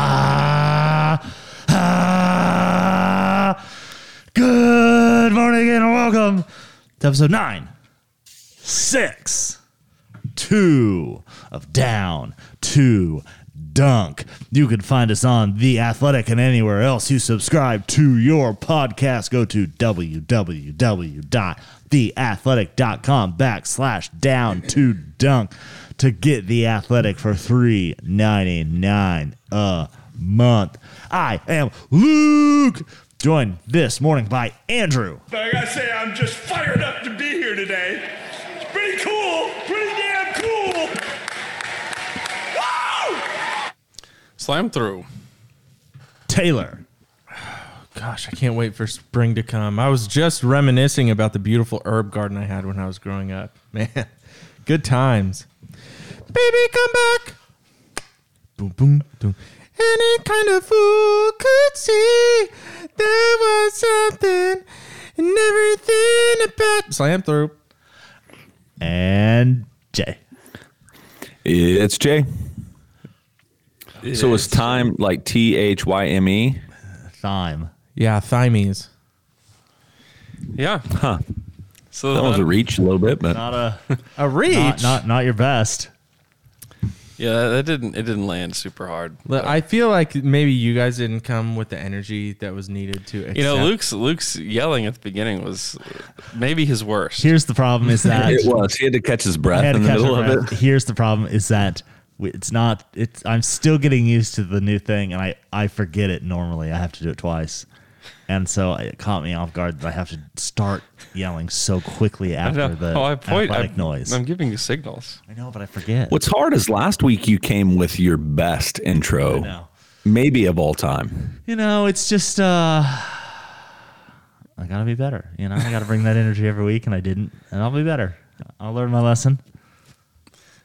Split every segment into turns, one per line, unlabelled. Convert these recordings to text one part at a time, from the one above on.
Ah, ah. Good morning and welcome to episode nine, six, two of Down to Dunk. You can find us on The Athletic and anywhere else you subscribe to your podcast. Go to www.theathletic.com backslash down to dunk to get The Athletic for three ninety nine a month. I am Luke, joined this morning by Andrew.
I gotta say, I'm just fired up to be here today. It's pretty cool, pretty damn cool. Woo!
Slam through.
Taylor.
Gosh, I can't wait for spring to come. I was just reminiscing about the beautiful herb garden I had when I was growing up. Man, good times. Baby, come back. Boom, boom, boom. Any kind of fool could see there was something and everything about. Slam through.
and Jay.
It's Jay. So it's time like T H Y M E.
Thyme.
Yeah, thymies. Yeah.
Huh.
So
That was a reach a little bit, but
Not a
a reach.
not, not not your best.
Yeah, that, that didn't it didn't land super hard.
Look, I feel like maybe you guys didn't come with the energy that was needed to. Accept.
you know, Luke's Luke's yelling at the beginning was maybe his worst.
Here's the problem is that
it was. He had to catch his breath
I had to
in the
catch
middle
my
of
breath.
it.
Here's the problem is that we- it's not it's I'm still getting used to the new thing and I I forget it normally. I have to do it twice. And so it caught me off guard that I have to start yelling so quickly
I
after
don't
the
know. Oh, I point.
athletic
I'm,
noise.
I'm giving you signals.
I know, but I forget.
What's hard is last week you came with your best intro,
know.
maybe of all time.
you know, it's just uh I gotta be better. You know, I gotta bring that energy every week, and I didn't, and I'll be better. I'll learn my lesson.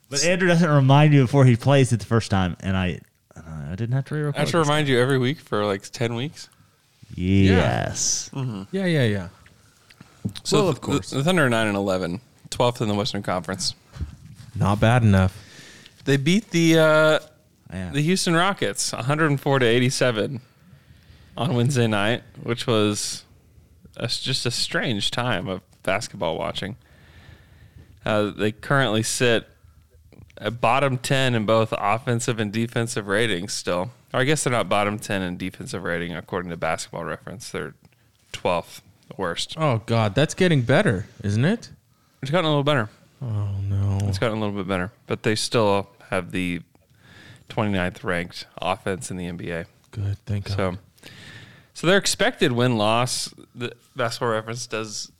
But Andrew doesn't remind you before he plays it the first time, and I, and I didn't have to
I have
re-record.
to remind you every week for like ten weeks.
yes,
yeah, yeah, yeah.
So of course, the, Thunder are nine and 11, 12th in the Western Conference.
Not bad enough.
They beat the uh,
Yeah.
the Houston Rockets 104 to 87 on Wednesday night, which was a, just a strange time of basketball watching. Uh, they currently sit at bottom 10 in both offensive and defensive ratings still. Or I guess they're not bottom 10 in defensive rating according to basketball reference. They're 12th worst.
Oh God, that's getting better, isn't it?
It's gotten a little better.
Oh no.
It's gotten a little bit better, but they still have the 29th ranked offense in the NBA.
Good. Thank God.
So, so their expected win loss. The Basketball Reference does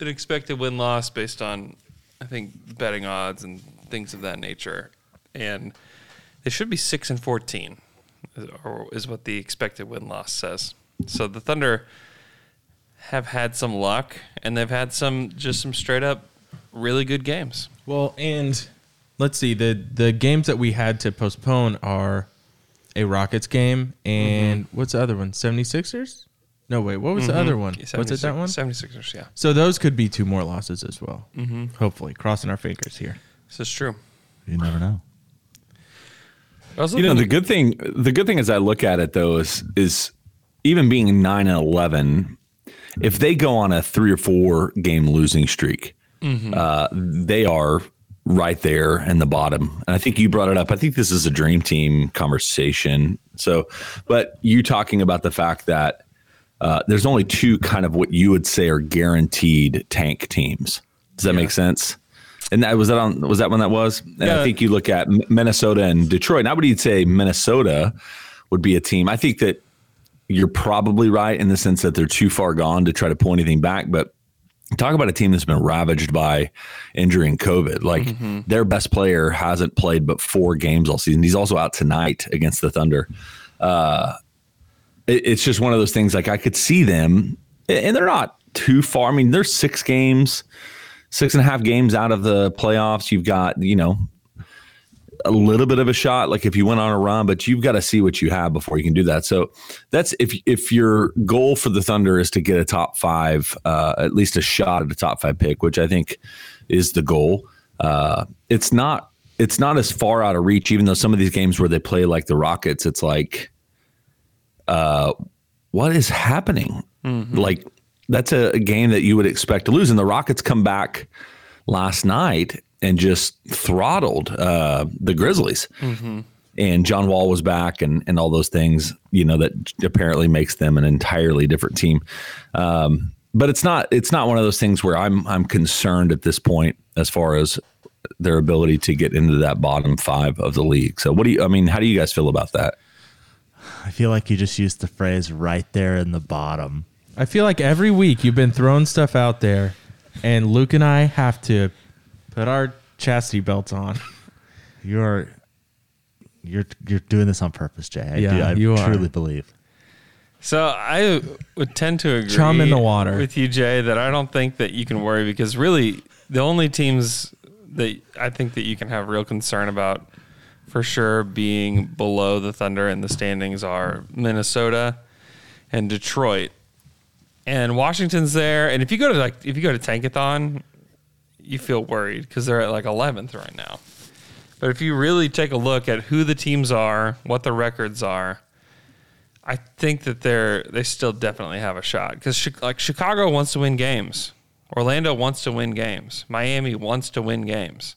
an expected win loss based on, I think, betting odds and things of that nature, and they should be six and fourteen, is- or is what the expected win loss says. So the Thunder have had some luck, and they've had some just some straight up really good games.
Well, and let's see the the games that we had to postpone are a Rockets game and what's the other one? 76ers? No, wait. What was the other one? What's it that one?
76ers, yeah.
So those could be two more losses as well. Mm-hmm. Hopefully, crossing our fingers here.
This is true.
you never know.
I was
You know,
looking-
the good thing the good thing as I look at it though is is even being nine and eleven, if they go on a three or four game losing streak,
Mm-hmm.
uh, they are right there in the bottom. And I think you brought it up. I think this is a dream team conversation. So, but you talking about the fact that uh, there's only two kind of what you would say are guaranteed tank teams. Does that make sense? And that was that on was that when that was? And I think you look at M- Minnesota and Detroit. And I would even say Minnesota would be a team. I think that you're probably right in the sense that they're too far gone to try to pull anything back, but talk about a team that's been ravaged by injury and COVID. Like their best player hasn't played but four games all season. He's also out tonight against the Thunder. Uh, it- it's just one of those things. Like I could see them, a- and they're not too far. I mean, they're six games, six and a half games out of the playoffs. You've got you know a little bit of a shot like if you went on a run but you've got to see what you have before you can do that so that's if if your goal for the thunder is to get a top five uh, at least a shot at a top five pick which i think is the goal uh, it's not it's not as far out of reach even though some of these games where they play like the rockets it's like what is happening? Like that's a, a game that you would expect to lose, and the Rockets come back last night and just throttled uh, the Grizzlies. And John Wall was back, and and all those things, you know, that apparently makes them an entirely different team. Um, but it's not it's not one of those things where I'm I'm concerned at this point as far as their ability to get into that bottom five of the league. So what do you? I mean, how do you guys feel about that?
I feel like you just used the phrase right there in the bottom.
I feel like every week you've been throwing stuff out there, and Luke and I have to put our chastity belts on.
You're you're you're doing this on purpose, Jay. I
Yeah,
do, I
you are.
truly believe.
So I would tend to agree
Chum in the water.
with you, Jay, that I don't think that you can worry because really the only teams that I think that you can have real concern about for sure being below the Thunder in the standings are Minnesota and Detroit. And Washington's there. And if you go to like if you go to Tankathon, you feel worried because they're at like eleventh right now. But if you really take a look at who the teams are, what the records are, I think that they're they still definitely have a shot because like Chicago wants to win games, Orlando wants to win games, Miami wants to win games.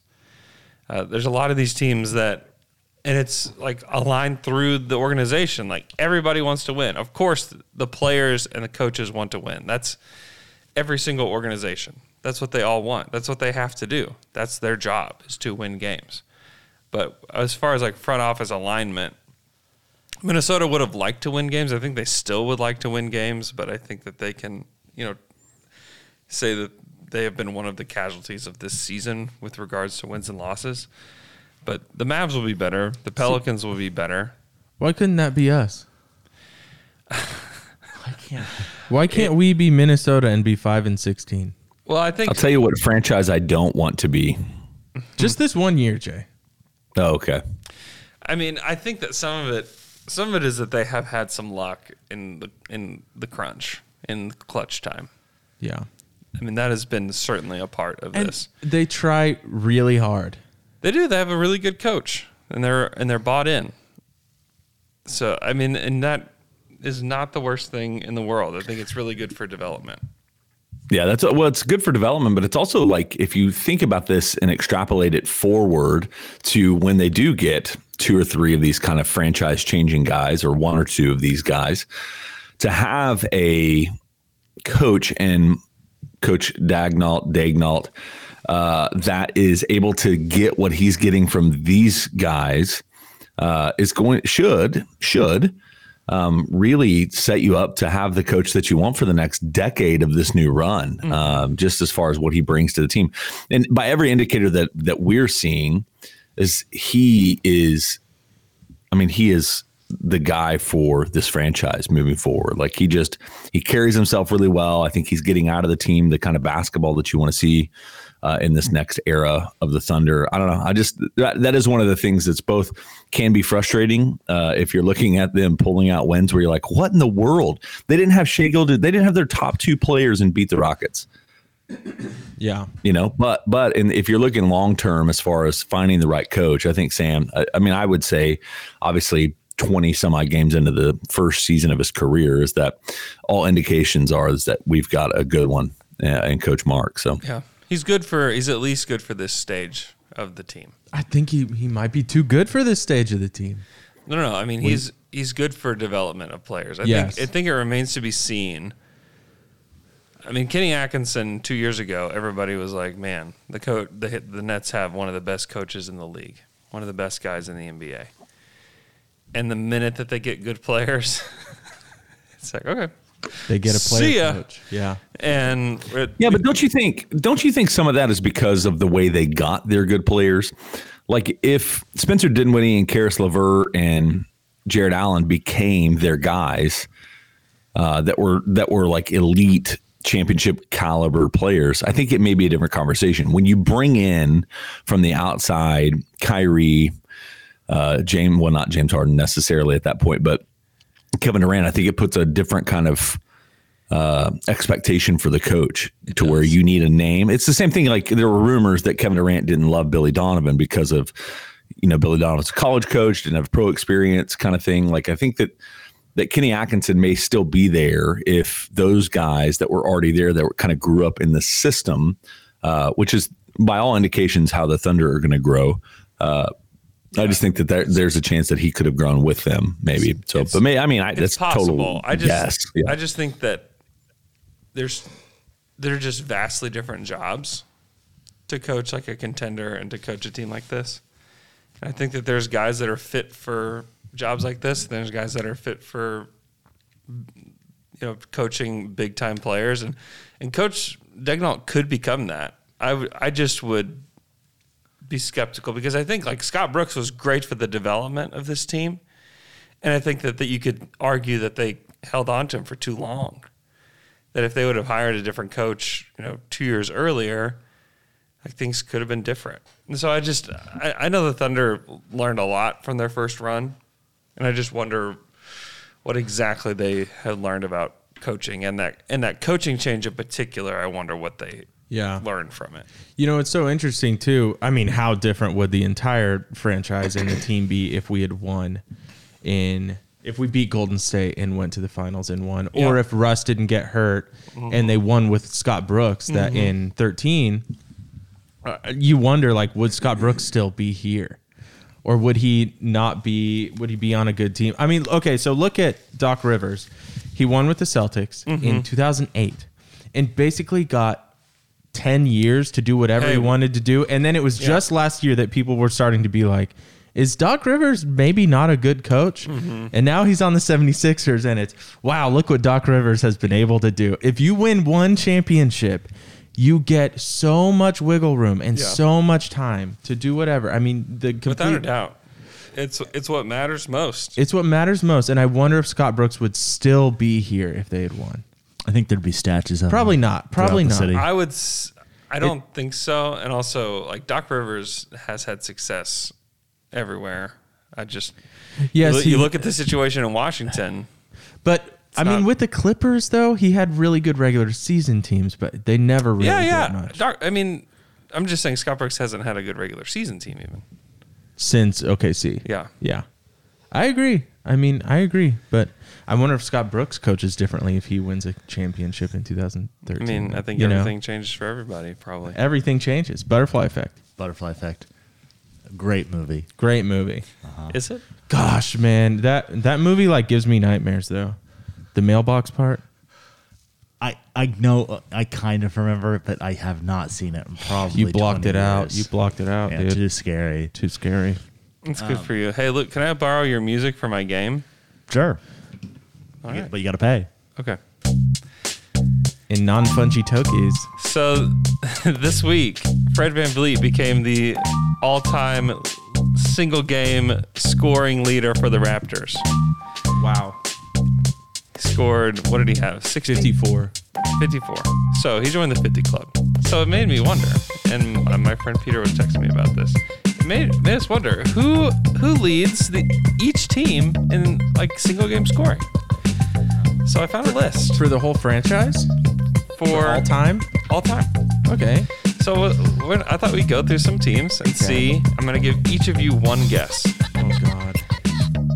Uh, there's a lot of these teams that, and it's like aligned through the organization. Like everybody wants to win. Of course, the players and the coaches want to win. That's every single organization. That's what they all want. That's what they have to do. That's their job is to win games. But as far as like front office alignment, Minnesota would have liked to win games. I think they still would like to win games, but I think that they can, you know, say that they have been one of the casualties of this season with regards to wins and losses. But the Mavs will be better. The Pelicans will be better.
Why couldn't that be us? Why can't we be Minnesota and be five and sixteen?
Well, I think
I'll tell you what franchise I don't want to be.
Just this one year, Jay.
Oh, okay.
I mean, I think that some of it, some of it is that they have had some luck in the in the crunch in clutch time.
Yeah,
I mean, that has been certainly a part of
and
this.
they try really hard.
They do. They have a really good coach, and they're and they're bought in. So I mean, and that is not the worst thing in the world. I think it's really good for development.
Yeah, that's well, it's good for development, but it's also like if you think about this and extrapolate it forward to when they do get two or three of these kind of franchise changing guys or one or two of these guys to have a coach and coach Dagnalt, Dagnalt, uh, that is able to get what he's getting from these guys uh, is going should should um, really set you up to have the coach that you want for the next decade of this new run. Um, just as far as what he brings to the team, and by every indicator that that we're seeing, is he is, I mean, he is the guy for this franchise moving forward. Like he just he carries himself really well. I think he's getting out of the team the kind of basketball that you want to see uh, in this next era of the Thunder. I don't know. I just that, that is one of the things that's both can be frustrating uh, if you're looking at them pulling out wins where you're like, what in the world? They didn't have Shea Gilder. They didn't have their top two players and beat the Rockets
Yeah,
you know but but and if you're looking long term as far as finding the right coach i think sam i, I mean i would say obviously 20 some odd games into the first season of his career is that all indications are is that we've got a good one uh, in coach mark so
Yeah, he's good for. He's at least good for this stage of the team.
I think he he might be too good for this stage of the team.
No, no. I mean, he's he's good for development of players. I
Yes.
think I think it remains to be seen. I mean, Kenny Atkinson two years ago, everybody was like, "Man, the coach, the the Nets have one of the best coaches in the league, one of the best guys in the NBA." And the minute that they get good players, it's like, okay,
They get a player
See ya.
coach. Yeah.
And it,
Yeah, but don't you think don't you think some of that is because of the way they got their good players? Like if Spencer Dinwiddie and Karis LeVert and Jared Allen became their guys uh, that were that were like elite championship caliber players, I think it may be a different conversation. When you bring in from the outside Kyrie, uh, James, well, not James Harden necessarily at that point, but Kevin Durant, I think it puts a different kind of expectation for the coach to where you need a name. It's the same thing. Like there were rumors that Kevin Durant didn't love Billy Donovan because of, you know, Billy Donovan's a college coach, didn't have pro experience kind of thing. Like I think that, that Kenny Atkinson may still be there if those guys that were already there that were kind of grew up in the system, uh, which is by all indications how the Thunder are going to grow. Uh, I just think that there, there's a chance that he could have grown with them, maybe. So, but may, I mean, I,
it's
that's
possible.
total.
I just
guess. Yeah.
I just think that there's they're just vastly different jobs to coach like a contender and to coach a team like this. And I think that there's guys that are fit for jobs like this, and there's guys that are fit for you know coaching big time players and and coach Degnault could become that. I w- I just would be skeptical because I think like Scott Brooks was great for the development of this team. And I think that, that you could argue that they held on to him for too long. That if they would have hired a different coach, you know, two years earlier, like things could have been different. And so I just I, I know the Thunder learned a lot from their first run. And I just wonder what exactly they had learned about coaching and that and that coaching change in particular, I wonder what they
Yeah.
learned from it.
You know, it's so interesting too. I mean, how different would the entire franchise and the team be if we had won in if we beat Golden State and went to the finals and won, or
Yeah.
if Russ didn't get hurt and they won with Scott Brooks that in 13, uh, you wonder like would Scott Brooks still be here? Or would he not be would he be on a good team? I mean, okay, so look at Doc Rivers. He won with the Celtics in 2008 and basically got 10 years to do whatever he
Hey.
wanted to do. And then it was just last year that people were starting to be like, is Doc Rivers maybe not a good coach?
Mm-hmm.
And now he's on the 76ers, and it's wow, look what Doc Rivers has been able to do. If you win one championship, you get so much wiggle room and so much time to do whatever. I mean, the complete,
Without a doubt. It's it's what matters most.
it's what matters most. And I wonder if Scott Brooks would still be here if they had won.
I think there'd be statues of
Probably
him
not. Probably
throughout
not.
the city.
I would. s- I don't think so. And also, like Doc Rivers has had success everywhere. I just
Yes,
You,
he-
you look at the situation in Washington.
But I mean,
not-
with the Clippers though, he had really good regular season teams, but they never really
Yeah,
did
yeah.
much
Doc, I mean, I'm just saying Scott Brooks hasn't had a good regular season team even.
since OKC.
Yeah.
yeah. I agree. I mean, I agree. But I wonder if Scott Brooks coaches differently if he wins a championship in 2013.
I mean, I think
You know?
everything changes for everybody probably.
everything changes. Butterfly Effect,
Butterfly Effect. Great movie.
great movie.
Uh-huh. Is it?
Gosh, man, that that movie like gives me nightmares though. The mailbox part.
I I know I kind of remember it, but I have not seen it. in Probably
You blocked
20
it out.
years.
You blocked it out,
Yeah,
dude.
too scary.
Too scary.
It's
Um,
good for you. Hey, Luke, can I borrow your music for my game?
Sure,
All right.
but you got to pay.
Okay.
In non fungy Tokies.
So this week, Fred Van Vliet became the all time single game scoring leader for the Raptors.
Wow.
He scored, what did he have? 60,
54.
54. So he joined the 50 club. So it made me wonder, and uh, my friend Peter was texting me about this. It made, made us wonder who who leads the, each team in like single game scoring. So I found a list
For the whole franchise?
for
All time?
All time.
Okay.
So we I thought we'd go through some teams and see. I'm going to give each of you one guess,
Oh God.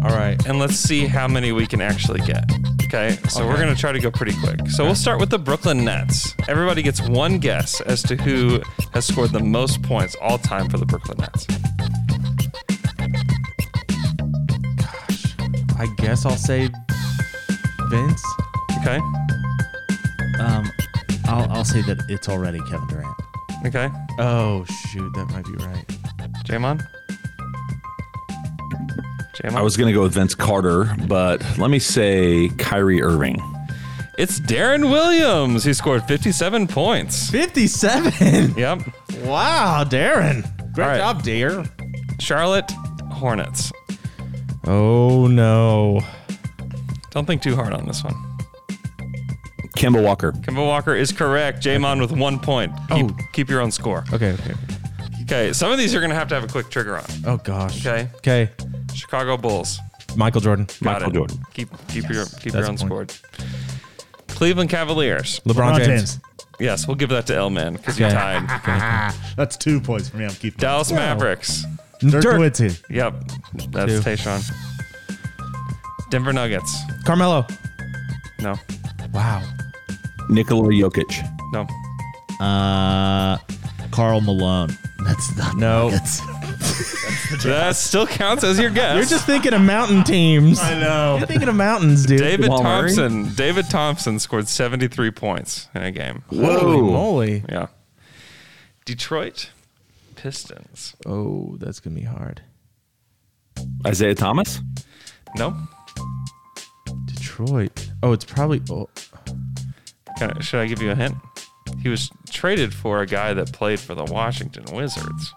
All right.
and let's see how many we can actually get. Okay, so we're
Okay.
going to try to go pretty quick. So we'll start with the Brooklyn Nets. Everybody gets one guess as to who has scored the most points all time for the Brooklyn Nets.
I guess I'll say Vince.
Okay,
Um, I'll I'll say that it's already Kevin Durant.
okay.
Oh shoot, that might be right.
Jamon? Jamon?
I was going to go with Vince Carter, but let me say Kyrie Irving.
It's Darren Williams. He scored 57 points.
57.
Yep.
Wow, Darren. Great
All right.
job, dear.
Charlotte Hornets.
Oh, no.
Don't think too hard on this one.
Kemba Walker.
Kimba Walker is correct. Jamon with one point. Keep,
Oh.
keep your own score.
Okay, okay.
Okay, some of these you're going to have to have a quick trigger on.
Oh, gosh.
Okay.
Okay.
Chicago Bulls.
Michael Jordan.
Got
Michael
it.
Jordan.
Keep keep your keep
that's
your own
a
score.
point.
Cleveland Cavaliers.
LeBron,
LeBron
James.
James.
Yes, we'll give that to L Man because you're
Okay.
tied.
That's two points for me. I'm keeping
Dallas Mavericks.
Dirk,
Dirk.
Nowitzki.
Yep. That's
Two.
Tayshawn. Denver Nuggets.
Carmelo.
No.
Wow.
Nikola Jokic.
No.
Uh, Carl Malone. That's not
No.
Nuggets.
That still counts as your guess.
You're just thinking of mountain teams.
I know.
You're thinking of mountains, dude.
David
Jamal Murray?
Thompson. David Thompson scored 73 points in a game.
Holy moly.
Yeah. Detroit Pistons.
Oh, that's going to be hard.
Isaiah Thomas.
No.
Detroit. Oh, it's probably. Oh,
Can I- should I give you a hint? He was traded for a guy that played for the Washington Wizards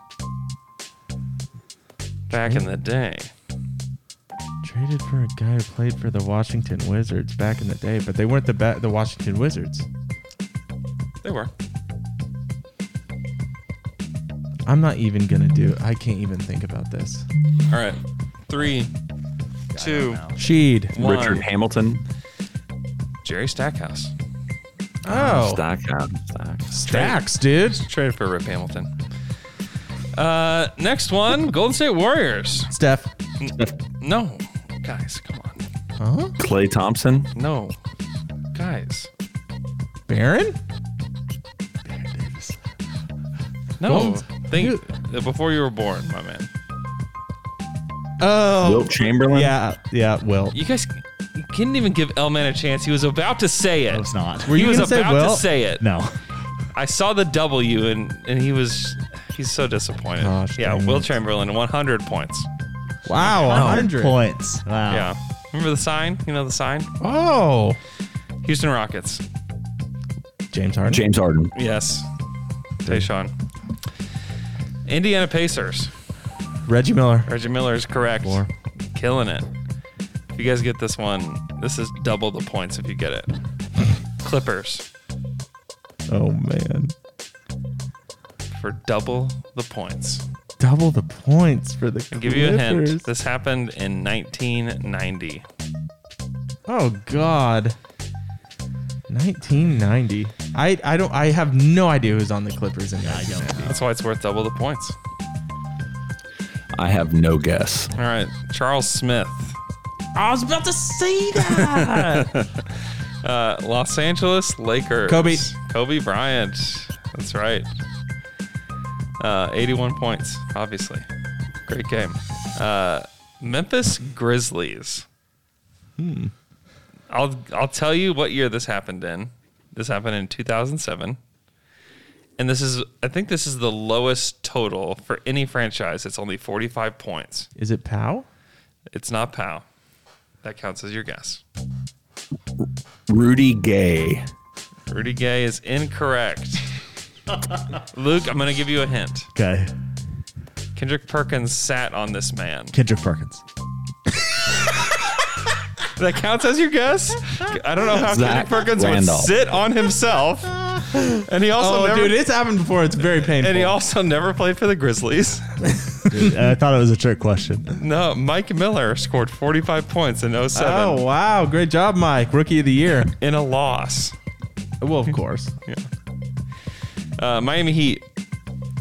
back in the day.
traded for a guy who played for the Washington Wizards back in the day, but they weren't the ba- the Washington Wizards.
They were.
I'm not even gonna do. I can't even think about this.
All right. Three, two,
Sheed.
one.
Richard Hamilton.
Jerry Stackhouse.
Oh,
Stockhouse. Stockhouse.
stacks, dude.
Traded for Rip Hamilton. Uh, next one Golden State Warriors.
Steph.
No. Guys, come on.
Huh?
Clay Thompson.
No. Guys.
Baron.
No.
Golden-
Think before you were born, my man.
Oh.
Wilt Chamberlain.
Yeah. Yeah. Will.
You guys you couldn't even give Elman a chance. He was about to say it.
No, it's not.
Were
he
you
was
gonna say
about
Wilt?
to say it.
No.
I saw the W and and he was he's so disappointed.
Gosh,
yeah,
dang
Will
it.
Chamberlain, 100 points.
Wow.
Oh.
A hundred.
points. Wow.
Yeah. Remember the sign? You know the sign?
Oh.
Houston Rockets.
James Harden.
James Harden.
Yes. Tayshawn. Indiana Pacers.
Reggie Miller.
Reggie Miller is correct.
Four.
Killing it. If you guys get this one, this is double the points if you get it. Clippers
Oh man.
for double the points.
Double the points for the.
I'll give you a hint.
Clippers.
This happened in 1990.
Oh God. 1990. I I don't. I have no idea who's on the Clippers in 1990.
That's why it's worth double the points.
I have no guess.
All right, Charles Smith,
I was about to say that.
uh, Los Angeles Lakers.
Kobe.
Kobe Bryant. That's right. Uh, 81 points, obviously. Great game. Uh, Memphis Grizzlies. Hmm. I'll I'll tell you what year this happened in. This happened in 2007. And this is I think this is the lowest total for any franchise. It's only 45 points.
Is it Powell?
It's not Pow. That counts as your guess.
Rudy Gay.
Rudy Gay is incorrect. Luke, I'm going to give you a hint.
Okay.
Kendrick Perkins sat on this man.
Kendrick Perkins.
That counts as your guess? I don't know how
Zach
Kendrick Perkins
Randolph.
would sit on himself. And he also
Oh,
never
dude, it's happened before. It's very painful.
and he also never played for the Grizzlies.
I thought it was a trick question.
No, Mike Miller scored 45 points in 07
oh wow, great job, Mike, rookie of the year.
in a loss.
well, of course,
Uh, Miami Heat.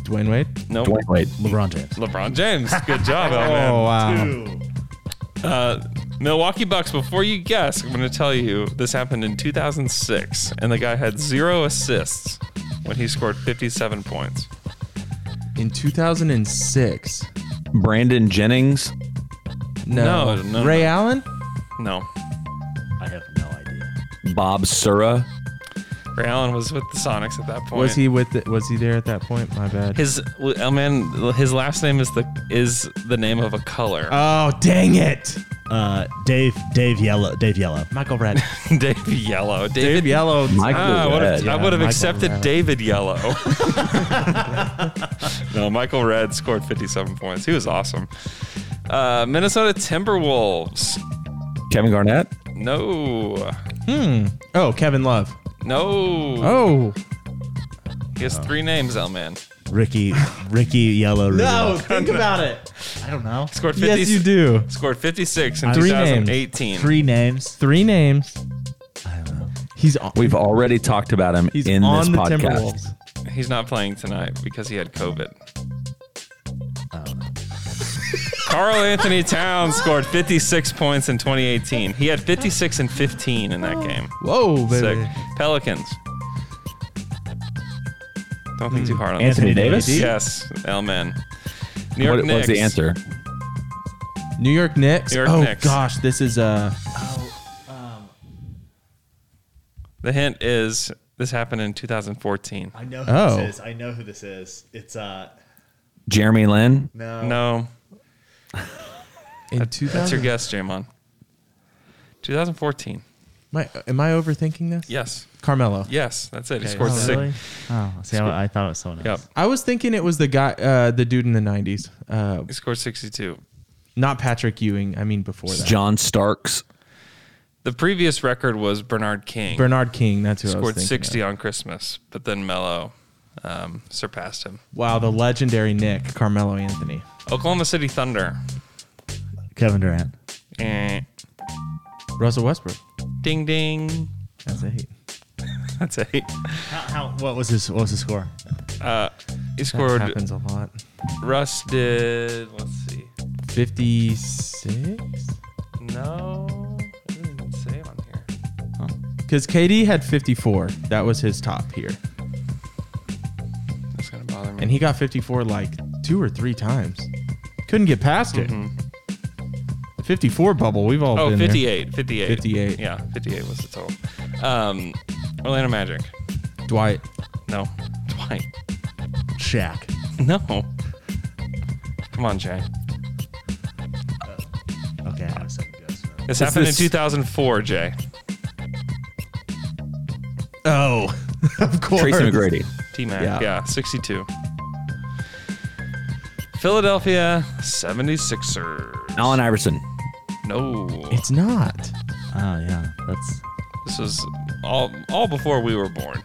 Dwayne Wade.
Nope.
Dwight Wade.
LeBron James.
LeBron James. Good job,
Oh
Elman.
wow,
Uh, Milwaukee Bucks, before you guess, I'm going to tell you this happened in 2006, and the guy had zero assists when he scored 57 points.
in 2006.
Brandon Jennings.
No,
No, no,
Ray
no.
Allen.
No.
I have no idea.
Bob Sura.
Ray Allen was with the Sonics at that point.
Was he with? The, was he there at that point? My bad.
His oh man, his last name is the is the name of a color.
oh dang it!
Uh, Dave, Dave Yellow, Dave Yellow.
Michael Red.
Dave Yellow. David.
Dave Yellow.
Michael
Ah, I would
Red.
have, I would have
Michael
accepted
Red.
David Yellow. no, Michael Red scored 57 points. He was awesome. Uh, Minnesota Timberwolves.
Kevin Garnett.
No,
Oh, Kevin Love.
no.
Oh,
he has three names. L man
Ricky, Ricky Yellow.
no! Oh, Think about it. I don't know.
Scored 50
Yes, you do.
scored 56 in
Three names.
2018.
Three names.
Three names. He's on.
We've already talked about him
He's
in
on
this
the
podcast.
Timberwolves.
He's not playing tonight because he had COVID.
Oh.
Carl Anthony Towns scored 56 points in 2018. He had 56 and 15 in
Oh.
that game.
Whoa,
Sick.
baby.
Pelicans. Don't think too hard on
Hmm. Anthony
this.
Davis?
Yes, L man. New York
What,
Knicks.
what's the answer?
New York Knicks.
New York
oh
Knicks.
gosh, this is uh
The hint is this happened in 2014.
I know who
Oh.
this is. I know who this is. It's uh
Jeremy Lin.
no.
No,
in 2000.
that's your guess, Jamon. 2014.
Am I, am I overthinking this?
Yes,
Carmelo.
yes, that's it. He
Oh,
scored six.
really?
Oh, see, I, I thought it was someone
Yep.
else.
I was thinking it was the guy, uh, the dude in the 90s. Uh,
He scored 62.
not Patrick Ewing. I mean, before that.
John Starks.
The previous record was Bernard King.
Bernard King. That's who I was
scored
thinking.
60
of.
on Christmas, but then Mello um, surpassed him.
Wow, the legendary Nick Carmelo Anthony.
Oklahoma City Thunder.
Kevin Durant.
Eh.
Russell Westbrook.
Ding ding.
That's eight.
That's eight.
How, how, what was his what was his score?
He
That
scored.
happens a lot.
Russ did. Let's see.
56?
No. It doesn't even say on here.
Because KD had 54. That was his top here.
That's gonna bother me.
And he got 54 like two or three times. Couldn't get past it. The 54 bubble. We've all
Mm-hmm. oh,
been
58, 58.
58.
Yeah, 58 was the total. Um, Orlando Magic.
there. Dwight.
No. Dwight.
Shaq.
No. Come on, Jay.
Okay, I have a second guess.
This happened
this-
in 2004, Jay.
Oh, of course.
Tracy McGrady.
T Mac,
Yeah.
yeah. 62. Philadelphia 76ers.
Allen Iverson.
No.
It's not.
Oh yeah, that's
This was all all before we were born.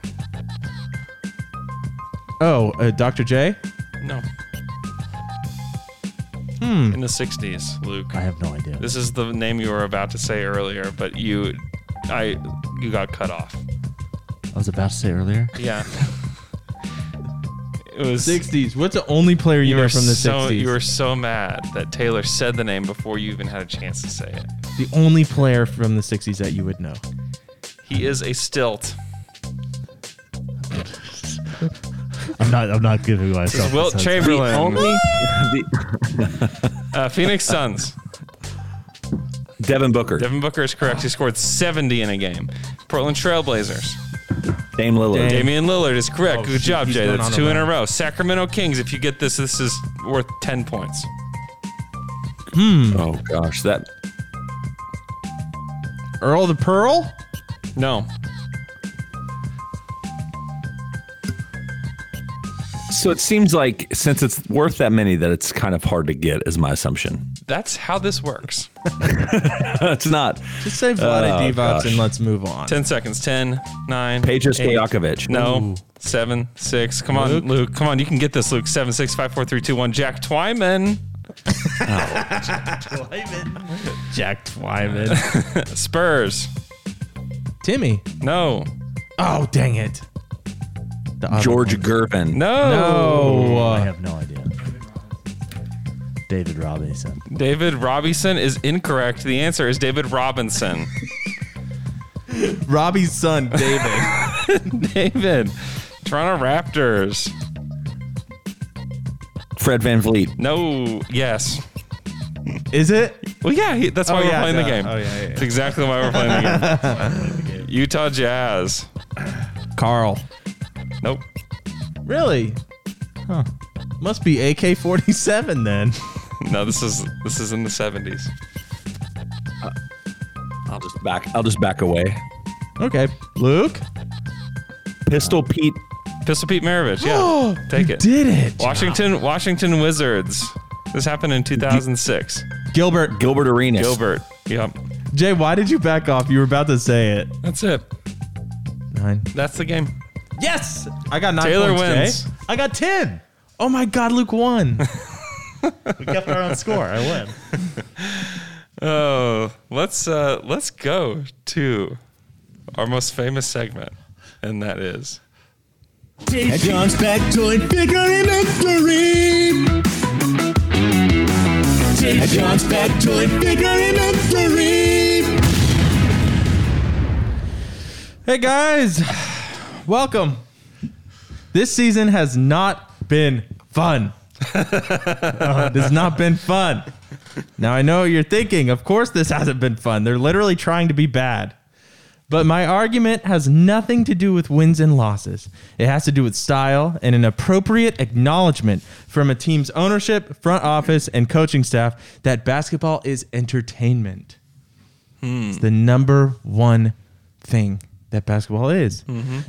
Oh, uh, Dr. J?
No.
Hmm.
In the 60s, Luke.
I have no idea.
This is the name you were about to say earlier, but you I you got cut off.
I was about to say earlier.
Yeah. it was
60s. What's the only player you,
you
know
were
from the
so
60s?
you were so mad that Taylor said the name before you even had a chance to say it.
the only player from the 60s that you would know.
He is a stilt.
I'm not. I'm not giving myself.
Wilt
a sense.
Chamberlain.
the-
Uh, Phoenix Suns.
Devin Booker.
Devin Booker is correct. He scored 70 in a game. Portland Trailblazers.
Dame Lillard.
Damian Lillard is correct.
Oh,
Good
shoot,
job,
he's
Jay.
going
That's
on a
two in a
run.
row. Sacramento Kings. If you get this, this is worth 10 points.
Oh gosh, that
Earl the Pearl?
No.
So it seems like since it's worth that many, that it's kind of hard to get, is my assumption.
That's how this works.
it's not.
Just say Vlade
Oh,
Divac
gosh.
and let's move on.
10 seconds. 10, 9.
Pedros
eight.
Stojakovic.
No. 7, 6. Come on, Luke. Come on. You can get this, Luke. 7, 6, 5, 4, 3, 2, 1. Jack Twyman.
Oh.
Jack Twyman.
Spurs.
Timmy.
No.
Oh, dang it. The other
George
one.
Gervin.
No.
Oh,
I
uh,
have no idea. David Robinson.
David Robinson is incorrect. The answer is David Robinson.
Robbie's son, David.
David. Toronto Raptors.
Fred Van Vliet.
No. Yes.
Is it?
Well, yeah. He, that's why
Oh,
we're
yeah,
playing the
duh.
game.
Oh, yeah, yeah,
It's exactly why we're playing the game. Utah Jazz.
Carl.
Nope.
Really? Huh. Must be AK 47 then.
No, this is this is in the seventies.
I'll just back. I'll just back away.
Okay. Luke?
Pistol Pete.
Pistol Pete Maravich, yeah. Take it.
Did it.
Washington Washington Wizards. This happened in 2006.
Gilbert.
Gilbert Arenas.
Gilbert. Yep.
Jay, why did you back off? You were about to say it.
That's it.
Nine.
That's the game.
Yes! I got nine
Taylor
points, Jay.
wins.
I got 10. Oh my God, Luke won. we kept our own score. I win.
Oh, let's uh let's go to our most famous segment, and that is
John's factoid figure inventory. John's factoid figure inventory.
Hey guys, welcome. This season has not been fun. Uh, it has not been fun. Now I know what you're thinking, of course this hasn't been fun. They're literally trying to be bad. But my argument has nothing to do with wins and losses. It has to do with style and an appropriate acknowledgement from a team's ownership, front office, and coaching staff that basketball is entertainment. It's the number one thing that basketball is.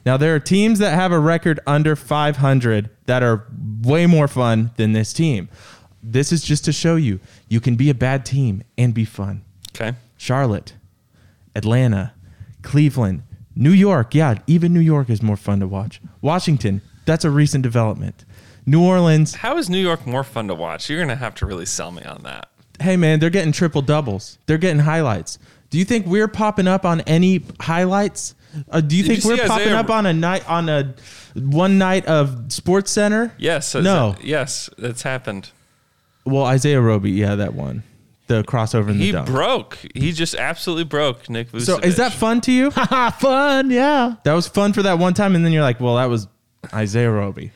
Now there are teams that have a record under 500 that are way more fun than this team. This is just to show you you can be a bad team and be fun.
okay.
Charlotte, Atlanta, Cleveland, New York. Yeah, even New York is more fun to watch. Washington, that's a recent development. New Orleans,
How is New York more fun to watch? You're gonna have to really sell me on that.
hey man, they're getting triple doubles. They're getting highlights. Do you think we're popping up on any highlights? Uh, do you
Did
think
you
we're
see
popping
Isaiah-
up on a night on a one night of Sports Center?
Yes. it's-
No.
yes, it's happened.
Well, Isaiah Roby, yeah, that one, the crossover in the
He
dunk.
broke. He just absolutely broke Nick Vucevic.
so is that fun to you?
Fun, yeah.
that was fun for that one time, and then you're like, well, that was Isaiah Roby.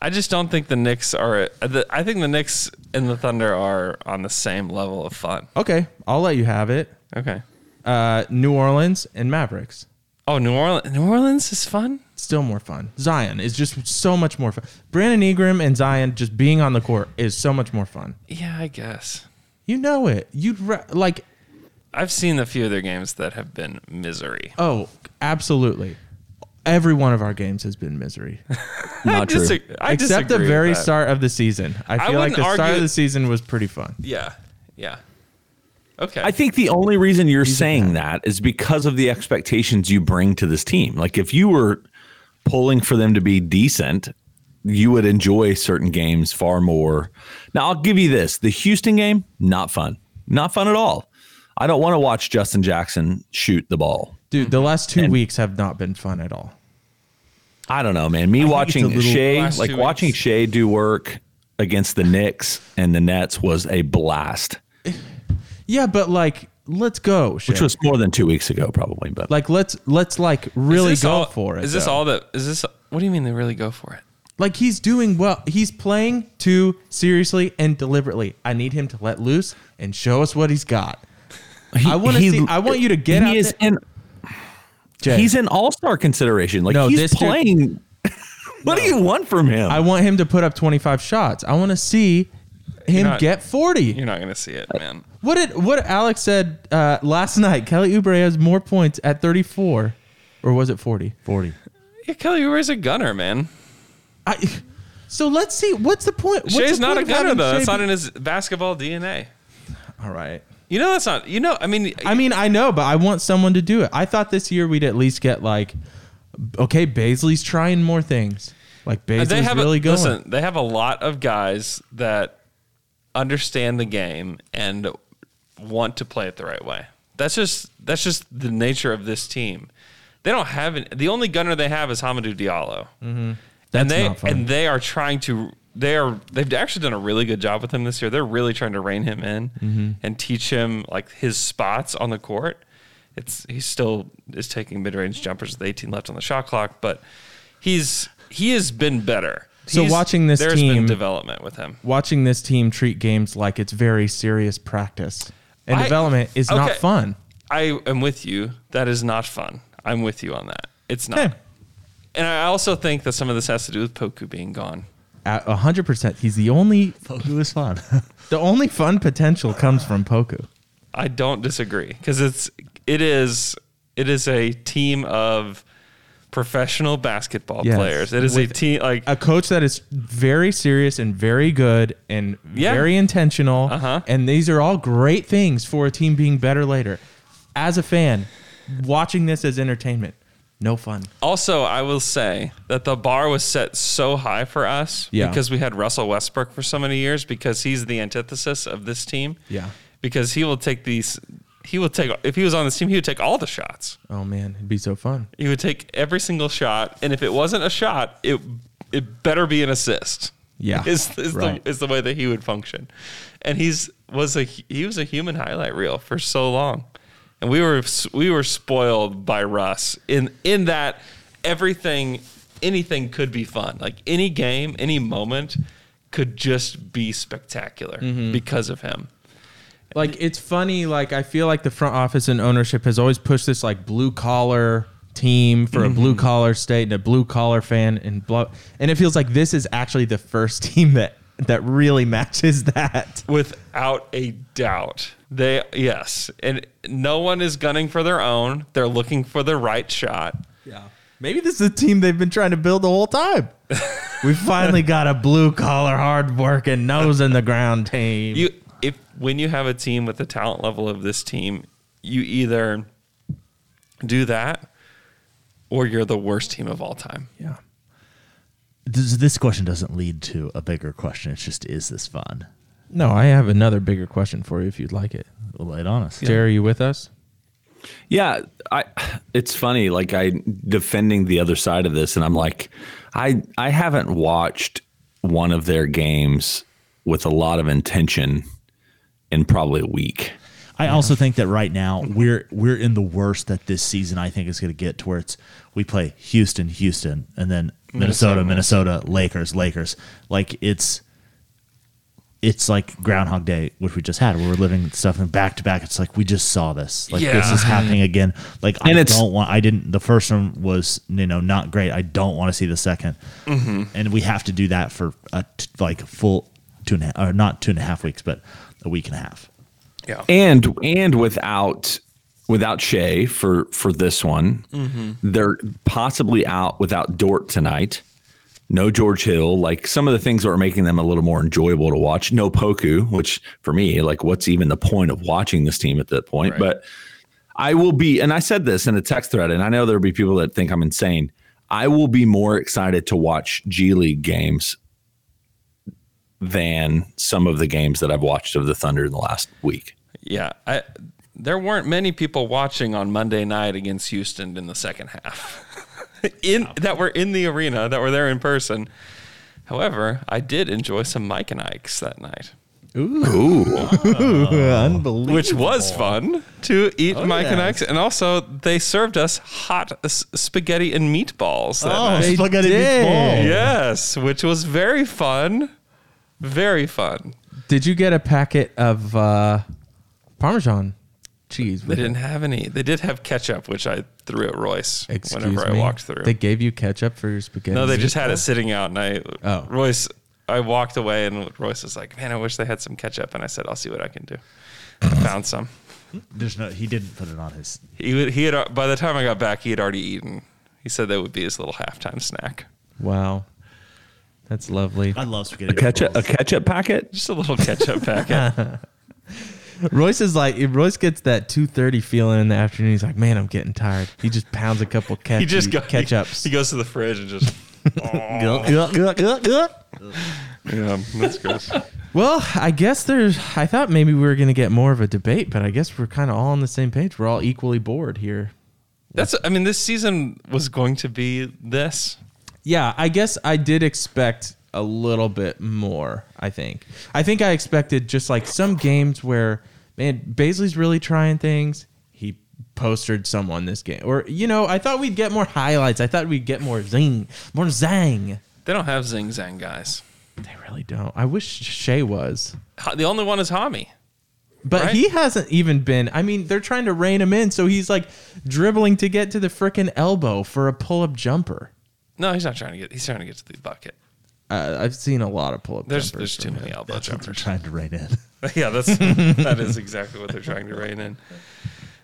I just don't think the Knicks are. The, I think the Knicks and the Thunder are on the same level of fun.
Okay, I'll let you have it.
Okay.
Uh, New Orleans and Mavericks.
Oh, New Orleans. New Orleans is fun.
Still more fun. Zion is just so much more fun. Brandon Ingram and Zion just being on the court is so much more fun.
Yeah, I guess.
You know it. You'd ra- like,
I've seen a few of their games that have been misery.
Uh,
oh, absolutely. Every one of our games has been misery,
I
Not true.
disag- I
except the
disagree with
very
that.
start of the season. I feel like
wouldn't
the start
argue-
of the season was pretty fun.
Yeah. Yeah. Okay.
I think the only reason you're saying that is because of the expectations you bring to this team. Like if you were pulling for them to be decent, you would enjoy certain games far more. Now I'll give you this: the Houston game, not fun, not fun at all. I don't want to watch Justin Jackson shoot the ball.
Dude,
Mm-hmm.
the last two weeks have not been fun at all.
I don't know, man. Me watching
little-
Shea,
Last
like
two
watching
weeks.
Shea do work against the Knicks and the Nets was a blast,
Yeah, but like, let's go.
which
Shea.
was more than two weeks ago, probably. But
like, let's let's like really
Is this
go
all-
for it.
Is this
though.
all that? Is this? What do you mean they really go for it?
Like he's doing well. He's playing too seriously and deliberately. I need him to let loose and show us what he's got. I want to
he-
see. I want you to get out.
he is
there-
in
Jay,
he's an all star consideration. Like
No,
he's
this dude-
playing. what do you want from him?
I want him to put up 25 shots. I want to see him
not-
get 40.
You're not gonna see it, man.
What did what Alex said uh, last night? Kelly Oubre has more points at 34, or was it 40?
40.
Yeah, Kelly Oubre's a gunner, man.
I. So let's see. What's the point? What's
Shay's
the
not
point
a
of
gunner
having
though.
Shea
That's not
be-
in his basketball DNA.
All right.
You know that's not. You know, I mean,
I mean, I know, but I want someone to do it. I thought this year we'd at least get like, okay, Baisley's trying more things. Like
they
Baisley's
have
really
a,
going.
Listen, they have a lot of guys that understand the game and want to play it the right way. That's just that's just the nature of this team. They don't have an, the only gunner they have is Hamadou Diallo. Mm-hmm.
That's
and they
not fun.
and they are trying to they are they've actually done a really good job with him this year. They're really trying to rein him in
Mm-hmm.
and teach him like his spots on the court. It's he still is taking mid range jumpers with 18 left on the shot clock, but he's he has been better.
So
He's-
watching this
there's been
team-
development with him.
Watching this team treat games like it's very serious practice and
I-
development is not
okay.
fun.
I am with you. That is not fun. I'm with you on that. It's not.
Okay.
And I also think that some of this has to do with Poku being gone.
At 100%. He's the only,
Poku is fun.
the only fun potential comes from Poku.
I don't disagree because it's it is it is a team of professional basketball
Yes.
players. It is a team like
A coach that is very serious and very good and
Yeah.
very intentional.
Uh-huh.
And these are all great things for a team being better later. As a fan, watching this as entertainment, no fun.
Also, I will say that the bar was set so high for us
Yeah.
because we had Russell Westbrook for so many years because he's the antithesis of this team.
Yeah.
Because he will take these he will take if he was on this team, he would take all the shots.
Oh man, it'd be so fun.
He would take every single shot, and if it wasn't a shot, it it better be an assist.
Yeah,
is, is
right.
the is the way that he would function, and he's was a he was a human highlight reel for so long, and we were we were spoiled by Russ in in that everything anything could be fun like any game any moment could just be spectacular
Mm-hmm.
because of him.
like it's funny like i feel like the front office and ownership has always pushed this like blue collar team for a blue collar state and a blue collar fan and blah and it feels like this is actually the first team that that really matches that
Without a doubt. They yes, and no one is gunning for their own. They're looking for the right shot.
yeah maybe this is the team they've been trying to build the whole time we finally got a blue collar hard working nose in the ground team
You if when you have a team with the talent level of this team, you either do that or you're the worst team of all time.
yeah
this, this question doesn't lead to a bigger question. It's just, is this fun?
no i have another bigger question for you if you'd like it
Well, lay it on us.
jerry are you with us
Yeah, I it's funny like I defending the other side of this and I'm like I I haven't watched one of their games with a lot of intention in probably a week.
I also think that right now we're we're in the worst that this season I think is going to get to where it's we play Houston, Houston, and then Minnesota, Minnesota, Lakers, Lakers. Like it's it's like Groundhog Day, which we just had, where we're living stuff and back to back. It's like we just saw this. Like this
Yeah.
is happening again. Like
And
I
it's-
don't want. I didn't. The first one was you know not great. I don't want to see the 2nd And we have to do that for a t- like a full two and a half, or not two and a half weeks, but a week and a half.
And and without without Shea for for this one, they're possibly out without Dort tonight. No George Hill, like some of the things that are making them a little more enjoyable to watch. No Poku, which for me, like what's even the point of watching this team at that point? But I will be, and I said this in a text thread, and I know there'll be people that think I'm insane. I will be more excited to watch G League games than some of the games that I've watched of the Thunder in the last week.
Yeah, I there weren't many people watching on Monday night against Houston in the second half. in that were in the arena, that were there in person. However, I did enjoy some Mike and Ike's that night,
unbelievable
which was fun to eat Mike and Ike's, and also they served us hot s- spaghetti and meatballs. That night.
they
spaghetti
did.
meatball.
Yes, which was very fun. Very fun.
Did you get a packet of uh, Parmesan cheese?
They didn't have any. They did have ketchup, which I threw at Royce
Excuse
whenever
me?
I walked through.
They gave you ketchup for your spaghetti.
no, they just had it sitting out, and I
Oh.
Royce. I walked away, and Royce was like, "Man, I wish they had some ketchup." And I said, "I'll see what I can do." I found some.
There's no. He didn't put it on his.
He would, he had by the time I got back, he had already eaten. He said that would be his little halftime snack,
Wow, that's lovely.
I love spaghetti.
ketchup
meatballs.
a ketchup packet
just a little ketchup packet.
Royce is like Royce gets that two thirty feeling in the afternoon. He's like, man, I'm getting tired. He just pounds a couple ketchup.
He just got
ketchups.
He, he goes to the fridge and just. yeah, that's gross.
well, I guess there's. I thought maybe we were gonna get more of a debate, but I guess we're kind of all on the same page. We're all equally bored here.
That's. I mean, this season was going to be this.
Yeah, I guess I did expect a little bit more, I think. I think I expected just like some games where man, Baisley's really trying things. He postered someone this game. Or you know, I thought we'd get more highlights. I thought we'd get more zing, more zang.
They don't have Zing Zang guys.
They really don't. I wish Shea was.
Ha- The only one is Hami.
But
Right?
he hasn't even been. I mean, they're trying to rein him in, so he's like dribbling to get to the freaking elbow for a pull-up jumper.
No, he's not trying to get. He's trying to get to the bucket.
Uh, I've seen a lot of pull up.
There's there's too many elbow
That's what they're
jumpers.
trying to rein in.
yeah, that's that is exactly what they're trying to rein in.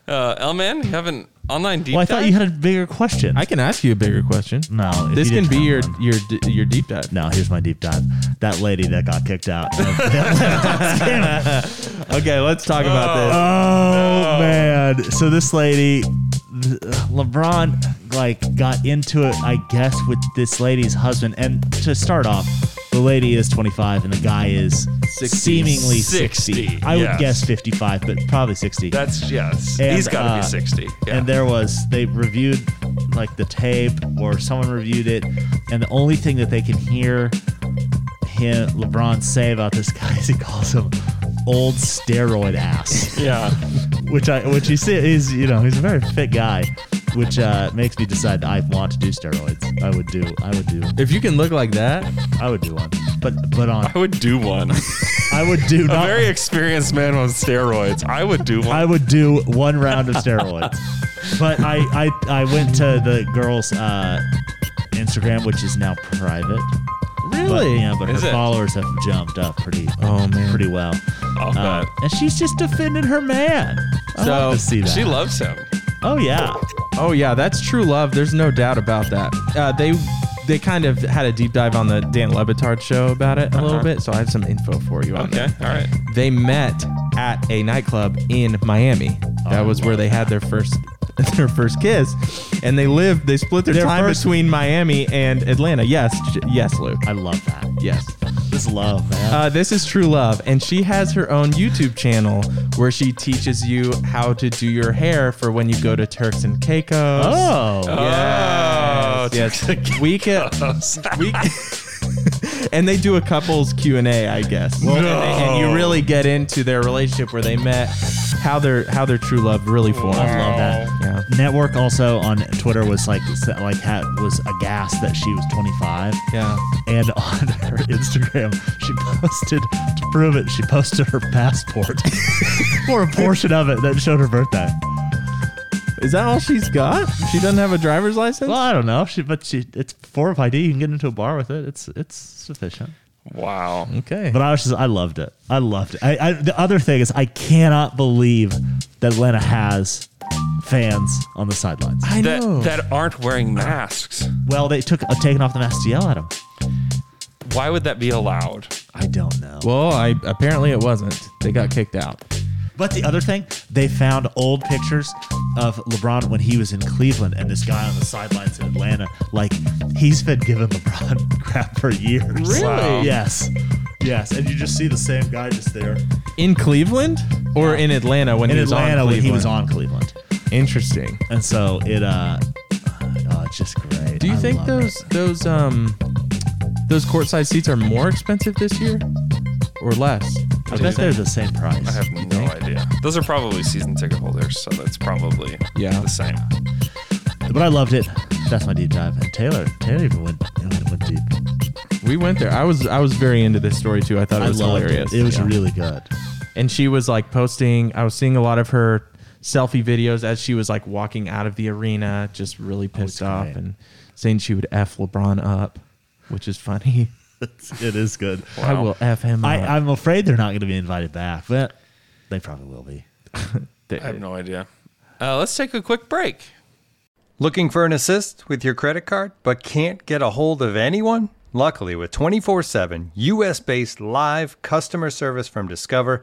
Uh, Elman, you have an online deep
Well, I thought you
dive?
had a bigger question.
I can ask you a bigger question.
No, if
this
you didn't
can be
have
your
one.
your d- your deep dive.
No, here's my deep dive. That lady that got kicked out. oh
Okay, let's talk about this.
man! So this lady, th- LeBron, like got into it, I guess, with this lady's husband. And to start off, the lady is 25 and the guy is
60.
seemingly 60.
60,
I
yes.
would guess 55, but probably 60.
That's yes.
And,
he's got to
uh,
be sixty. Yeah.
And there was they reviewed like the tape or someone reviewed it, and the only thing that they can hear him LeBron say about this guy is he calls him old steroid ass.
yeah.
which I which you see he's you know, he's a very fit guy. Which uh, makes me decide I want to do steroids. I would do I would do
If you can look like that,
I would do one. But but on
I would do one.
I would do
A
not
very experienced man on steroids. I would do one.
I would do one round of steroids. But I, I, I went to the girl's uh, Instagram, which is now private. But,
really?
yeah, but
Is
her
it?
followers have jumped up pretty,
Oh, man.
pretty well.
I'll
Uh,
bet.
and she's just defending her man. I
So,
Oh, love to see that.
She loves him.
oh yeah,
Oh yeah, that's true love. There's no doubt about that. Uh, they they kind of had a deep dive on the Dan Levitard show about it a
Uh-huh.
little bit, so I have some info for you on
Okay.
that.
All right.
They met at a nightclub in Miami.
Oh,
That was where they had their first their first kiss, and they lived. They split their,
Their
time
first-
between Miami and Atlanta. Yes, j- yes, Luke.
I love that.
Yes.
This love, man.
Uh, this is True Love, and she has her own YouTube channel where she teaches you how to do your hair for when you go to Turks and Caicos.
oh,
Oh,
yes, yes. we can, we can- and they do a couples Q and A, I guess. and, they- and you really get into their relationship where they met, how their how their true love really formed.
I love that.
Yeah.
Network also on Twitter was like like had, was aghast that she was 25.
Yeah.
And on her Instagram, she posted to prove it. She posted her passport or a portion of it that showed her birthday.
Is that all she's got? She doesn't have a driver's license.
Well, I don't know. She, but she, it's form of ID. You can get into a bar with it. It's it's sufficient.
Wow.
Okay.
But I was just, I loved it. I loved it. I, I, the other thing is, I cannot believe that Atlanta has fans on the sidelines.
I
That
know.
that aren't wearing masks.
Well, they took uh, taken off the mask to yell at him.
Why would that be allowed?
I don't know.
well, I apparently it wasn't. They got kicked out.
But the other thing, they found old pictures of LeBron when he was in Cleveland and this guy on the sidelines in Atlanta. Like, he's been giving LeBron crap for years.
Really? Wow.
Yes. Yes. And you just see the same guy just there.
In Cleveland or in Atlanta when
In
he was
Atlanta
on
when he was
Cleveland?
on Cleveland.
Interesting.
And so it, uh, oh, it's just great.
Do you
I
think
love
those
it.
those um those courtside seats are more expensive this year or less?
I bet they're the same price.
I have no idea. Those are probably season ticket holders, so that's probably
Yeah.
the same.
But I loved it. That's my deep dive. And Taylor, Taylor even went, went, went deep.
We went there. I was I was very into this story too. I thought it was
I loved
hilarious.
it. It was
Yeah.
really good.
and she was like posting. I was seeing a lot of her selfie videos as she was like walking out of the arena, just really pissed off
great.
and saying she would f LeBron up, which is funny.
It is good.
I will f him.
I,
up.
I'm afraid they're not going to be invited back, but they probably will be.
I have no idea. Uh, let's take a quick break.
Looking for an assist with your credit card but can't get a hold of anyone? Luckily, with 24 7 US based live customer service from Discover,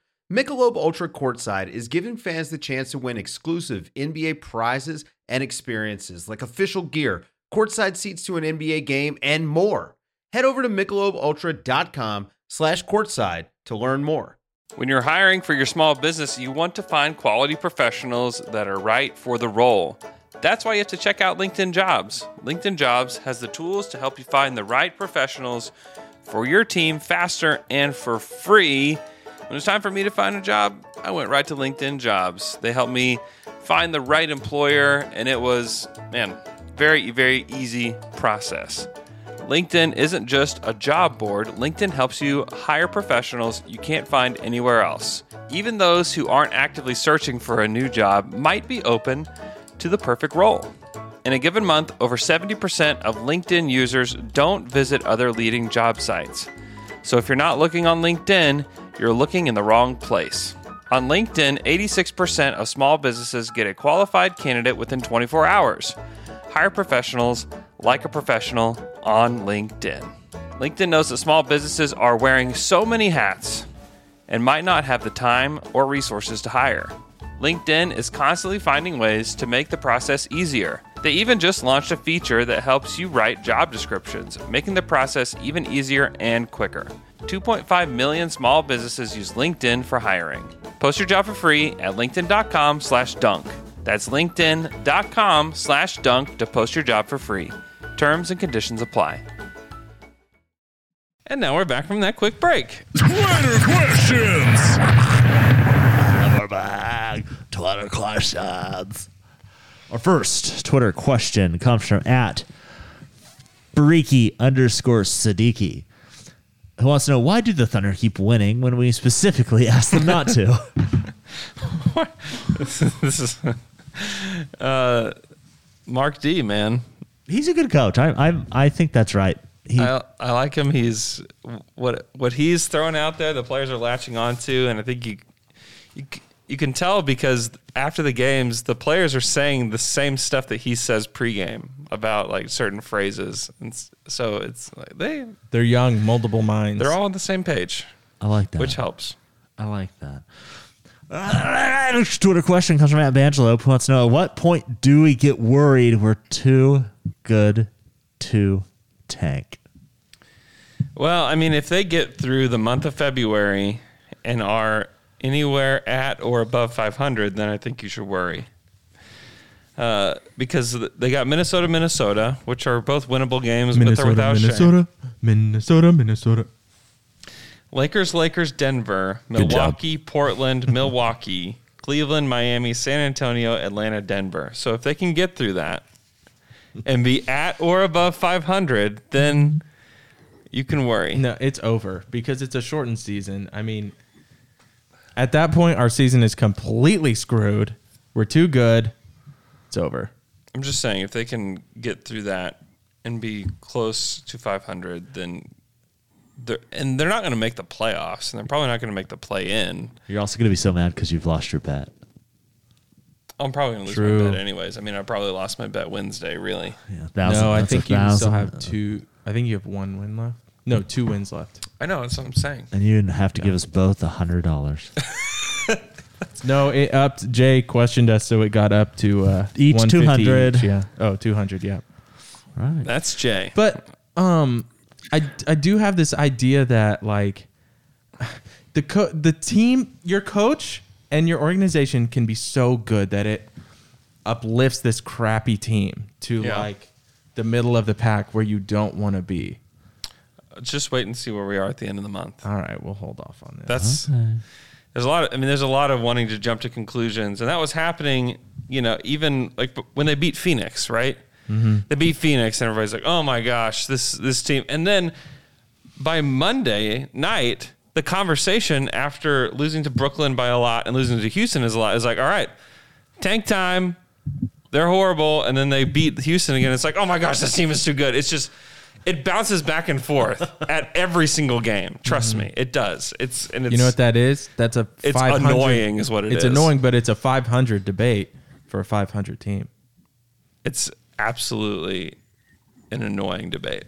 Michelob Ultra Courtside is giving fans the chance to win exclusive NBA prizes and experiences like official gear, courtside seats to an NBA game, and more. Head over to michelobultra.com slash courtside to learn more.
When you're hiring for your small business, you want to find quality professionals that are right for the role. That's why you have to check out LinkedIn Jobs. LinkedIn Jobs has the tools to help you find the right professionals for your team faster and for free. When it's time for me to find a job, I went right to LinkedIn Jobs. They helped me find the right employer, and it was, man, very, very easy process. LinkedIn isn't just a job board, LinkedIn helps you hire professionals you can't find anywhere else. Even those who aren't actively searching for a new job might be open to the perfect role. In a given month, over 70% of LinkedIn users don't visit other leading job sites. So if you're not looking on LinkedIn, you're looking in the wrong place. On LinkedIn, 86% of small businesses get a qualified candidate within 24 hours. Hire professionals like a professional on LinkedIn. LinkedIn knows that small businesses are wearing so many hats and might not have the time or resources to hire. LinkedIn is constantly finding ways to make the process easier. They even just launched a feature that helps you write job descriptions, making the process even easier and quicker. 2.5 million small businesses use LinkedIn for hiring. Post your job for free at linkedin.com slash dunk. That's linkedin.com slash dunk to post your job for free. Terms and conditions apply. And now we're back from that quick break.
Twitter questions.
We're back. Twitter questions. Our first Twitter question comes from at freaky underscore Siddiqui, who wants to know why do the Thunder keep winning when we specifically asked them not to?
this is uh, Mark D, man.
He's a good coach. I, I I think that's right. He,
I, I like him. He's what what he's throwing out there. The players are latching onto, and I think you, you c- you can tell because after the games, the players are saying the same stuff that he says pregame about like certain phrases, and s- so it's like they
They're young, multiple minds.
they're all on the same page,
I like that.
which helps.
I like that. Uh, All right, Twitter question comes from Matt Bangelo who wants to know at what point do we get worried we're too good to tank?
Well, I mean, if they get through the month of February and are anywhere at or above 500, then I think you should worry. Uh, because th- they got Minnesota, Minnesota, which are both winnable games, but
Minnesota,
they're without Minnesota.
Minnesota, Minnesota, Minnesota.
Lakers, Lakers, Denver,
job.
Milwaukee, Portland, Milwaukee, Cleveland, Miami, San Antonio, Atlanta, Denver. So if they can get through that and be at or above 500, then you can worry.
No, it's over because it's a shortened season. I mean, at that point, our season is completely screwed. We're too good. It's over.
I'm just saying, if they can get through that and be close to 500, then they're and they're not going to make the playoffs, and they're probably not going to make the play in.
You're also going to be so mad because you've lost your bet.
I'm probably going to lose
True.
my bet anyways. I mean, I probably lost my bet Wednesday. Really,
Yeah, a thousand,
no, I
that's a
think you still
thousand,
have two. I think you have one win left. No, two wins left.
I know that's what I'm saying.
And you have to give us both a hundred dollars
No, it upped. Jay questioned us, so it got up to uh,
Each
150
200.
each, Yeah. Oh, 200. Yeah.
That's Jay.
But um, I I do have this idea that like the co- the team, your coach and your organization can be so good that it uplifts this crappy team to
Yeah.
like the middle of the pack where you don't want to be.
Just wait and see where we are at the end of the month.
All right, we'll hold off on this.
That's there's a lot. Of, I mean, there's a lot of wanting to jump to conclusions, and that was happening. You know, even like b- when they beat Phoenix, right?
Mm-hmm.
They beat Phoenix, and everybody's like, "Oh my gosh, this this team!" And then by Monday night, the conversation after losing to Brooklyn by a lot and losing to Houston is a lot is like, "All right, tank time." They're horrible, and then they beat Houston again. It's like, oh my gosh, this team is too good. It's just, it bounces back and forth at every single game. Trust me, it does. It's and
Mm-hmm.
it's
you know what that is? That's a
It's
500
annoying is what it
it's
is.
annoying, but it's a 500 debate for a 500 team.
It's absolutely an annoying debate.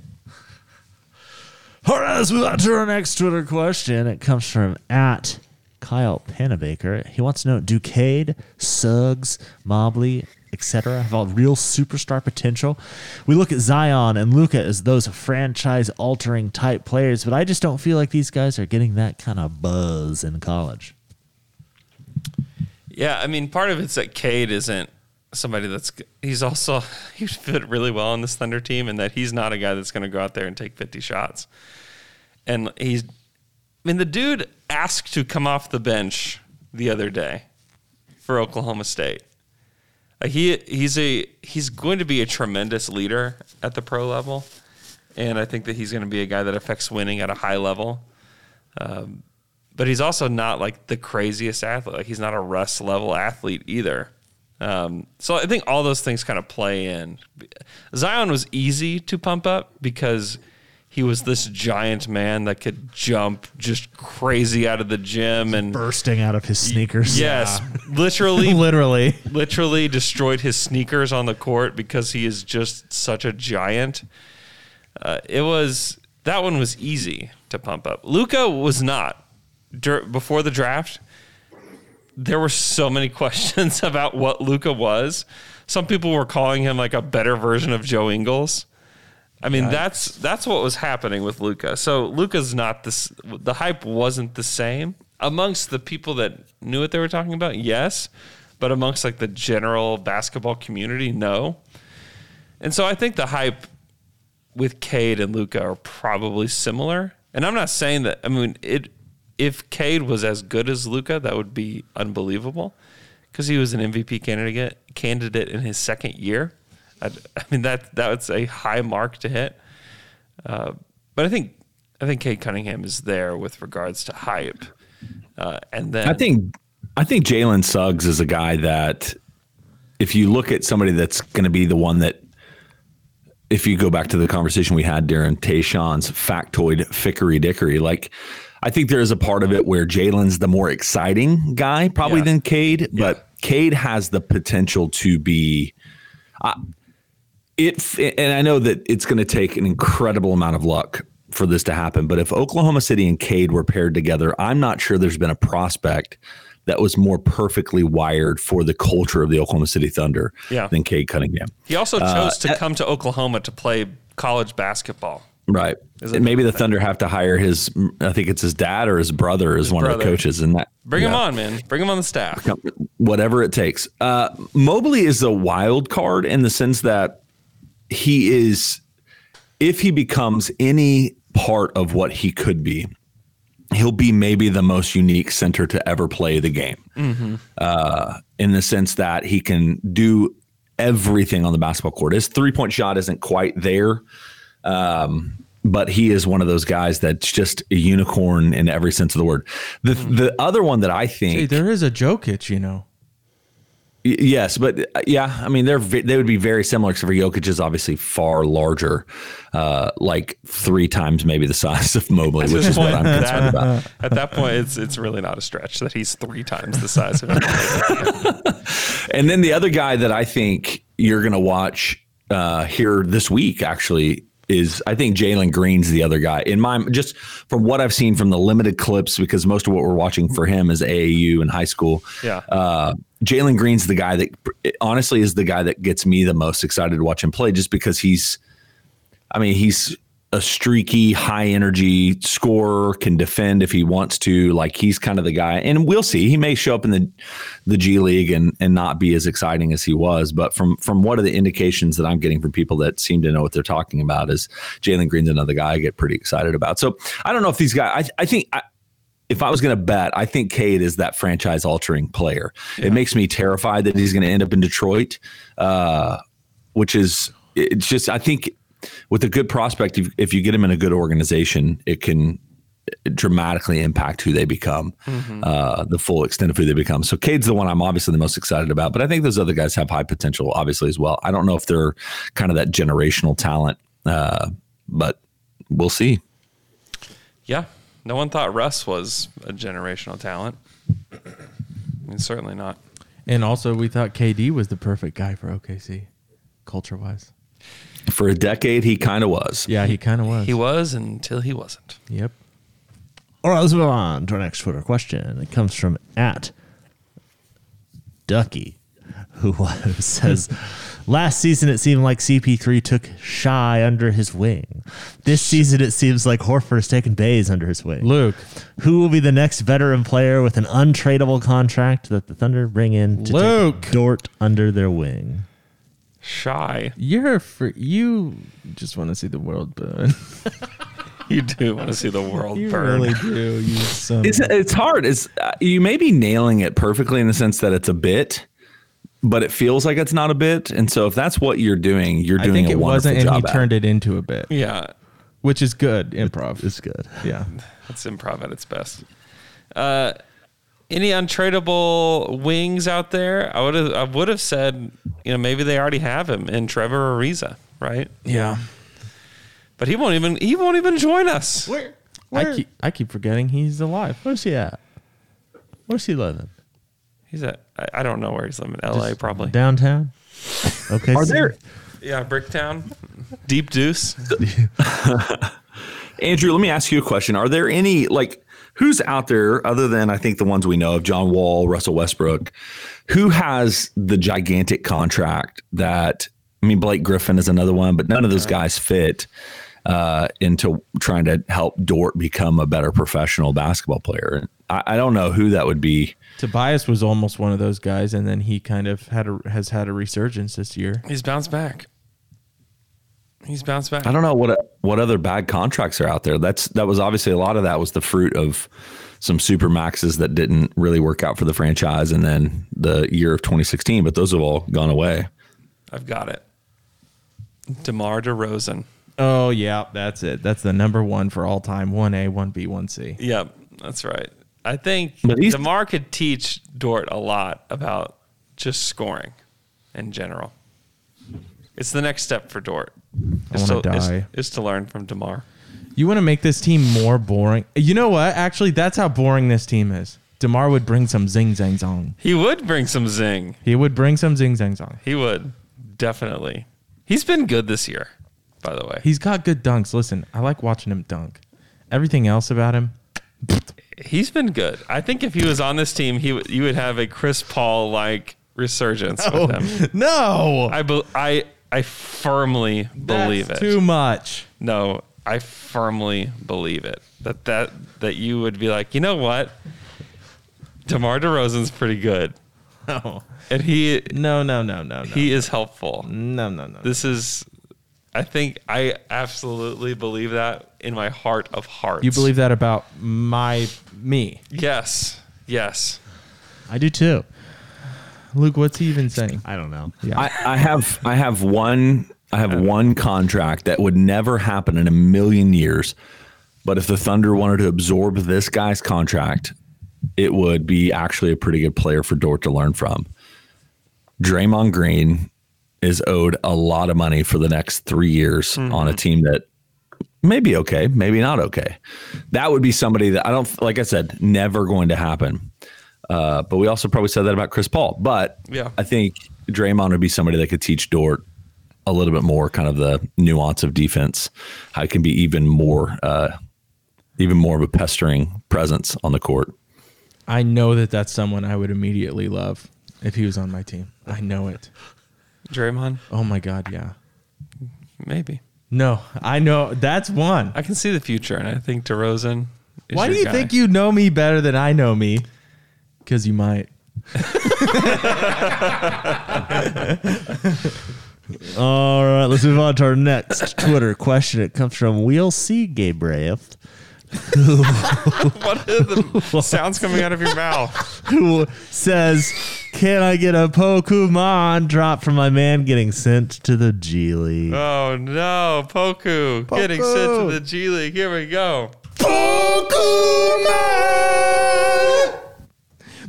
All right, let's move on to our next Twitter question. It comes from at Kyle Panabaker. He wants to know: Duquesne, Suggs, Mobley, etc., have all real superstar potential. We look at Zion and Luca as those franchise-altering type players, but I just don't feel like these guys are getting that kind of buzz in college.
Yeah, I mean, part of it's that Cade isn't somebody that's he's also he fit really well on this Thunder team, and that he's not a guy that's going to go out there and take fifty shots. And he's, I mean, the dude asked to come off the bench the other day for Oklahoma State. Uh, he he's a he's going to be a tremendous leader at the pro level, and I think that he's going to be a guy that affects winning at a high level. Um, but he's also not like the craziest athlete. Like he's not a Russ level athlete either. Um, so I think all those things kind of play in. Zion was easy to pump up because he was this giant man that could jump just crazy out of the gym and
bursting out of his sneakers.
yes, literally
literally.
literally destroyed his sneakers on the court because he is just such a giant. Uh, it was that one was easy to pump up. Luca was not Dur- before the draft. There were so many questions about what Luca was. Some people were calling him like a better version of Joe Ingles. I mean, that's that's what was happening with Luca. So Luca's not this. The hype wasn't the same amongst the people that knew what they were talking about. Yes, but amongst like the general basketball community, no. And so I think the hype with Cade and Luca are probably similar. And I'm not saying that. I mean, it if Cade was as good as Luca, that would be unbelievable because he was an MVP candidate candidate in his second year. I, I mean that that was a high mark to hit. Uh, but I think I think Cade Cunningham is there with regards to hype. Uh, and then
I think I think Jalen Suggs is a guy that if you look at somebody that's going to be the one that if you go back to the conversation we had during Tayshawn's factoid fickery dickery, like I think there is a part of it where Jalen's the more exciting guy probably
Yeah.
than Cade, but Cade has the potential to be it and I know that it's going to take an incredible amount of luck for this to happen, but if Oklahoma City and Cade were paired together, I'm not sure there's been a prospect that was more perfectly wired for the culture of the Oklahoma City Thunder
Yeah.
than Cade Cunningham.
he also
uh,
chose to come to Oklahoma to play college basketball.
Right. And maybe the Thunder have to hire his I think it's his dad or his brother is one of the
brother.
coaches and that
Bring him
yeah.
on, man. Bring him on the staff.
whatever it takes. Uh, Mobley is a wild card in the sense that he is, if he becomes any part of what he could be, he'll be maybe the most unique center to ever play the game. Uh, in the sense that he can do everything on the basketball court. His three point shot isn't quite there. Um, but he is one of those guys that's just a unicorn in every sense of the word. The the other one that I think
Hey, there is a Jokic, you know.
Y- Yes, but uh, yeah, I mean they're ve- they would be very similar except for Jokic is obviously far larger, uh, like three times maybe the size of Mobley, which is what I'm concerned
that,
about.
at that point, it's it's really not a stretch that he's three times the size of him.
And then the other guy that I think you're going to watch uh, here this week actually is I think Jalen Green's the other guy in my just from what I've seen from the limited clips because most of what we're watching for him is AAU and high school.
Yeah.
Uh, Jalen Green's the guy that honestly is the guy that gets me the most excited to watch him play just because he's I mean, he's a streaky, high energy scorer, can defend if he wants to. Like he's kind of the guy, and we'll see. He may show up in the the G League and and not be as exciting as he was. But from from what are the indications that I'm getting from people that seem to know what they're talking about is Jalen Green's another guy I get pretty excited about. So I don't know if these guys. I I think. I, if I was going to bet, I think Cade is that franchise altering player. It makes me terrified that he's going to end up in Detroit, uh, which is it's just I think with a good prospect, if, if you get him in a good organization, it can dramatically impact who they become, uh, the full extent of who they become. So Cade's the one I'm obviously the most excited about, but I think those other guys have high potential, obviously as well. I don't know if they're kind of that generational talent, uh, but we'll see.
Yeah. No one thought Russ was a generational talent. I mean, certainly not.
And also, we thought KD was the perfect guy for OKC, culture wise.
For a decade, he kind of was.
Yeah, he kind of was.
He was until he wasn't.
Yep.
All right, let's move on to our next Twitter question. It comes from at Ducky, who says, Last season, it seemed like CP3 took Shy under his wing. This season, it seems like Horford has taken Bays under his wing.
Luke,
Who will be the next veteran player with an untradeable contract that the Thunder bring in to
Luke.
take Dort under their wing?
Shy.
you're for you just want to see the world burn.
You do want to see the world
You
burn.
really do. You son.
It's it's hard. It's uh, you may be nailing it perfectly in the sense that it's a bit, but it feels like it's not a bit. And so if that's what you're doing, you're
I
doing
think
a
it
wonderful
wasn't, and he
job. at it.
turned it into a bit,
Yeah,
which is good improv.
It's good.
yeah.
that's improv at its best. Uh, any untradeable wings out there? I would have. I would have said, you know, maybe they already have him in Trevor Ariza, right?
Yeah.
But he won't even. He won't even join us.
Where?
I keep I keep forgetting he's alive.
Where's he at? Where's he living?
He's at. I, I don't know where he's living. L.A. probably.
Downtown? Okay.
Are
so-
there
Yeah, Bricktown, Deep Deuce.
Andrew, let me ask you a question. Are there any like who's out there other than I think the ones we know of, John Wall, Russell Westbrook, who has the gigantic contract that I mean Blake Griffin is another one, but none of those guys fit uh, into trying to help Dort become a better professional basketball player. I, I don't know who that would be.
Tobias was almost one of those guys, and then he kind of had a, has had a resurgence this year.
He's bounced back. He's bounced back.
I don't know what what other bad contracts are out there. That's that was obviously a lot of that was the fruit of some super maxes that didn't really work out for the franchise, and then the year of 2016. But those have all gone away.
I've got it. DeMar DeRozan.
Oh yeah, that's it. That's the number one for all time. One A, one B, one C.
Yep, that's right. I think
But he's-
DeMar could teach Dort a lot about just scoring in general. It's the next step for Dort.
I
Is
wanna
to, is-
die.
is to learn from DeMar.
You want to make this team more boring? You know what? Actually, that's how boring this team is. Demar would bring some zing zang zong.
He would bring some zing.
He would bring some zing zang zong.
He would definitely. He's been good this year, by the way.
He's got good dunks. Listen, I like watching him dunk. Everything else about him,
He's been good. I think if he was on this team, he w- you would have a Chris Paul like resurgence with him.
no,
I bel I I firmly believe
That's
it.
Too much.
No, I firmly believe it. That that that you would be like, you know what? DeMar DeRozan's pretty good,
No,
and he
no, no, no, no.
he is helpful.
no, no, no.
This is, I think, I absolutely believe that in my heart of hearts.
you believe that about my me,
Yes, yes.
I do too.
Luke? What's he even saying?
I don't know.
I, I have I have one I have one contract that would never happen in a million years. But if the Thunder wanted to absorb this guy's contract, it would be actually a pretty good player for Dort to learn from. Draymond Green is owed a lot of money for the next three years on a team that may be okay, maybe not okay. That would be somebody that I don't like. I said never going to happen. Uh, but we also probably said that about Chris Paul. But
Yeah.
I think Draymond would be somebody that could teach Dort a little bit more, kind of the nuance of defense, how it can be even more, uh, even more of a pestering presence on the court.
I know that that's someone I would immediately love if he was on my team. I know it.
Draymond,
Oh my god, yeah.
maybe.
No, I know that's one.
I can see the future, and I think DeRozan. Is
Why do
your
you
guy.
think you know me better than I know me? Because you might.
All right, let's move on to our next Twitter question. It comes from We'll See Gabriel,
What are the sounds coming out of your mouth?
who says, Can I get a Pokemon drop from my man getting sent to the G League?
Oh no, Poku, getting sent to the G League. Here we go.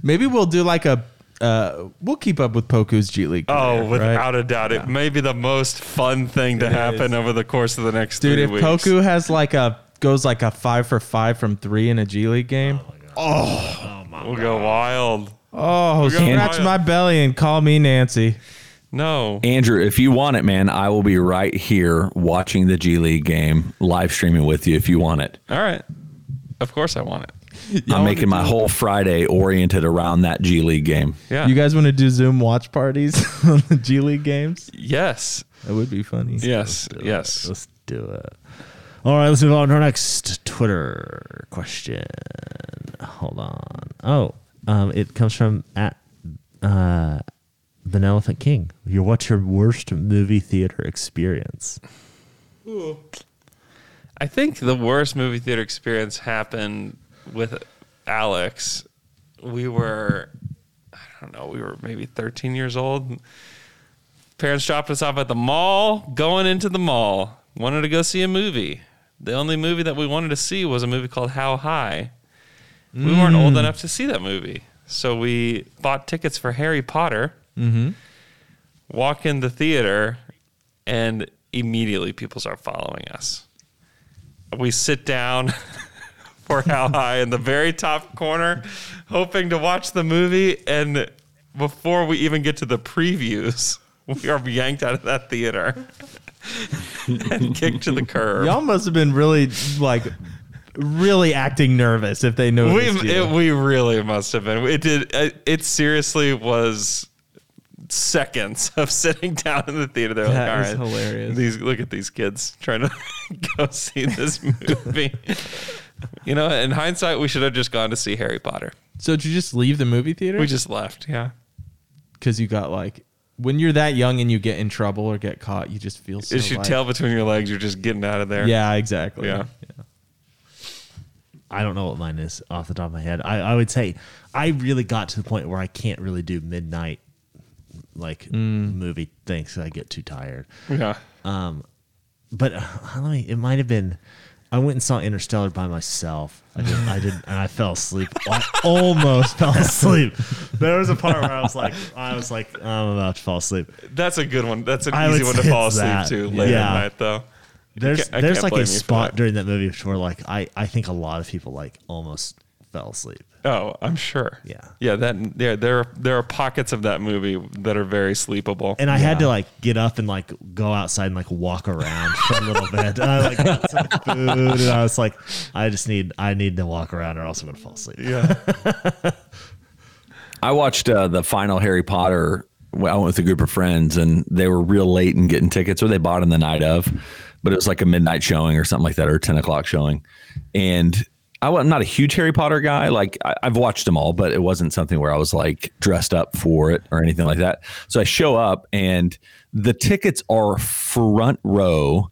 Maybe we'll do like a. Uh, we'll keep up with Poku's G League.
Oh,
career, right?
without a doubt, it may be the most fun thing to happen over the course of the next
dude,
three
if
weeks.
Poku has like a goes like a five for five from three in a G League game,
Oh, we'll go wild.
oh,
gonna
scratch
buy it.
my belly and call me Nancy.
No,
Andrew, if you want it, man, I will be right here watching the G League game, live streaming with you if you want it.
all right. Of course, I want it.
I'm making my whole Friday oriented around that G League game.
Yeah.
You guys want to do Zoom watch parties on the G League games?
yes.
That would be funny.
Yes. Yes.
Let's do it. All right, let's move on to our next Twitter question. Hold on. Oh, um, it comes from at uh, an Elephant King. Your what's your worst movie theater experience?
I think the worst movie theater experience happened with Alex. We were, I don't know, we were maybe 13 years old. Parents dropped us off at the mall, going into the mall, wanted to go see a movie. The only movie that we wanted to see was a movie called How High. We weren't old enough to see that movie. So we bought tickets for Harry Potter, walk in the theater, and immediately people start following us we sit down for how high in the very top corner, hoping to watch the movie. And before we even get to the previews, we are yanked out of that theater and kicked to the curb.
Y'all must have been really like really acting nervous if they know
we it, we really must have been. It did. It, it seriously was seconds of sitting down in the theater. They're
That
like,
is
all right,
hilarious.
These look at these kids trying to go see this movie. you know, in hindsight, we should have just gone to see Harry Potter.
So did you just leave the movie theater?
We just left. Yeah.
because you got like when you're that young and you get in trouble or get caught, you just feel so
It's your
like-
tail between your legs. You're just getting out of there.
Yeah, exactly.
Yeah.
I don't know what mine is off the top of my head. I, I would say I really got to the point where I can't really do midnight like movie things 'cause I get too tired.
Yeah.
but uh, let me, it might have been. I went and saw Interstellar by myself. I did, I did, and I fell asleep. I almost fell asleep. There was a part where I was like, I was like, I'm about to fall asleep.
That's a good one. That's an
I
easy
would
one to
say
fall
it's
asleep
that.
to later
Yeah.
at night, though.
There's,
can't- I
there's
can't
like
blame
a
you for
spot
that.
during that movie where like I, I think a lot of people like almost fell asleep.
Oh, I'm sure.
Yeah.
Yeah. That. Yeah. There. are- There are pockets of that movie that are very sleepable.
And I had to like get up and like go outside and like walk around for a little bit. And I like got some food and I was like, I just need I need to walk around or else I'm gonna fall asleep.
I watched uh, the final Harry Potter. Well, I went with a group of friends, and they were real late in getting tickets, or they bought them the night of. But it was like a midnight showing or something like that, or ten o'clock showing. And I, am not a huge Harry Potter guy. Like I, I've watched them all, but it wasn't something where I was like dressed up for it or anything like that. So I show up, and the tickets are front row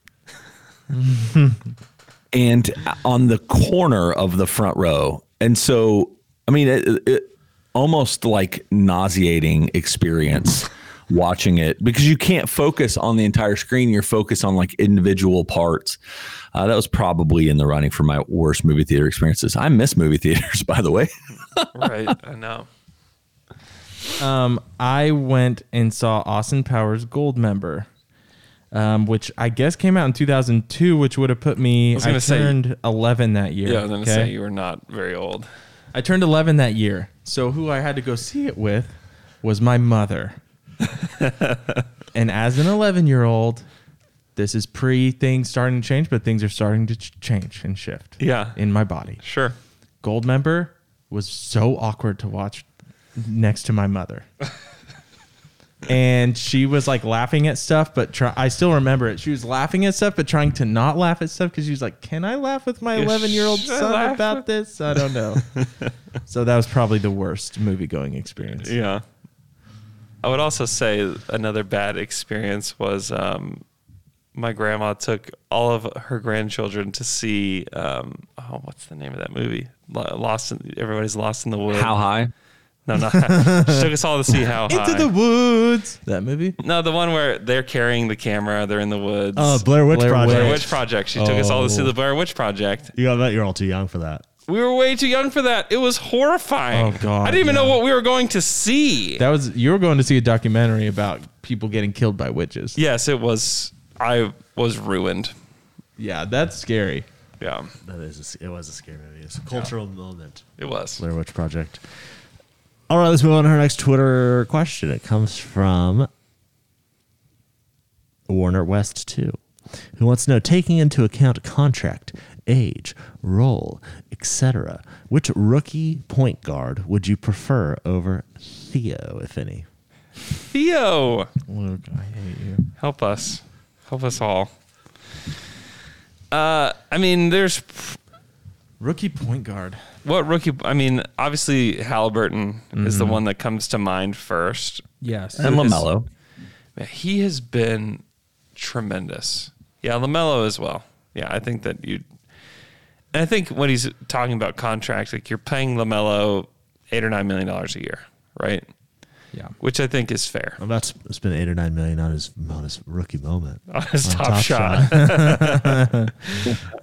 and on the corner of the front row. And so, I mean, it, it almost like nauseating experience watching it because you can't focus on the entire screen. You're focused on like individual parts. Uh, that was probably in the running for my worst movie theater experiences. I miss movie theaters, by the way.
right. I know.
Um, I went and saw Austin Powers Gold Member, um, which I guess came out in 2002, which would have put me. I,
was gonna say-
turned 11 that year.
Yeah. I was gonna
okay?
say you were not very old.
I turned 11 that year. So who I had to go see it with was my mother. and as an 11 year old, this is pre things starting to change, but things are starting to ch- change and shift.
Yeah.
In my body.
Sure.
Gold member was so awkward to watch next to my mother. and she was like laughing at stuff, but try- I still remember it. She was laughing at stuff, but trying to not laugh at stuff because she was like, Can I laugh with my
Yeah,
11 year old
should I
son
laugh
about this? I don't know. so that was probably the worst movie going experience.
Yeah. I would also say another bad experience was um, my grandma took all of her grandchildren to see um, oh what's the name of that movie Lo- Lost in everybody's lost in the woods.
How high?
No, not she took us all to see how high.
Into the woods. That movie?
no, the one where they're carrying the camera, they're in the woods.
Oh, Blair Witch
Blair Oh.
Project.
Blair Witch Project. She took us all to see the Blair Witch Project.
You got that? You're all too young for that.
We were way too young for that. It was horrifying.
Oh, God,
I didn't even
yeah.
know what we were going to see.
That was, you were going to see a documentary about people getting killed by witches.
yes, it was. I was ruined.
Yeah, that's scary.
Yeah,
That is a, it was a scary movie. It's a cultural moment.
it was.
Blair Witch Project. All right, let's move on to our next Twitter question. It comes from Warner West 2, who wants to know taking into account contract, age, role, etc. Which rookie point guard would you prefer over Theo, if any?
Theo,
Luke, I hate you.
help us. Help us all. Uh, I mean, there's
Rookie point guard.
what rookie. I mean, obviously Halliburton is
Mm-hmm.
the one that comes to mind first.
Yes.
And Lamelo.
Man, He has been tremendous. Yeah, Lamelo as well. Yeah, I think that you. And I think when he's talking about contracts, like you're paying Lamelo eight or nine million dollars a year, right?
Yeah.
Which I think is fair
I'm about to spend eight or nine million on his on his rookie moment.
on his top, shot. I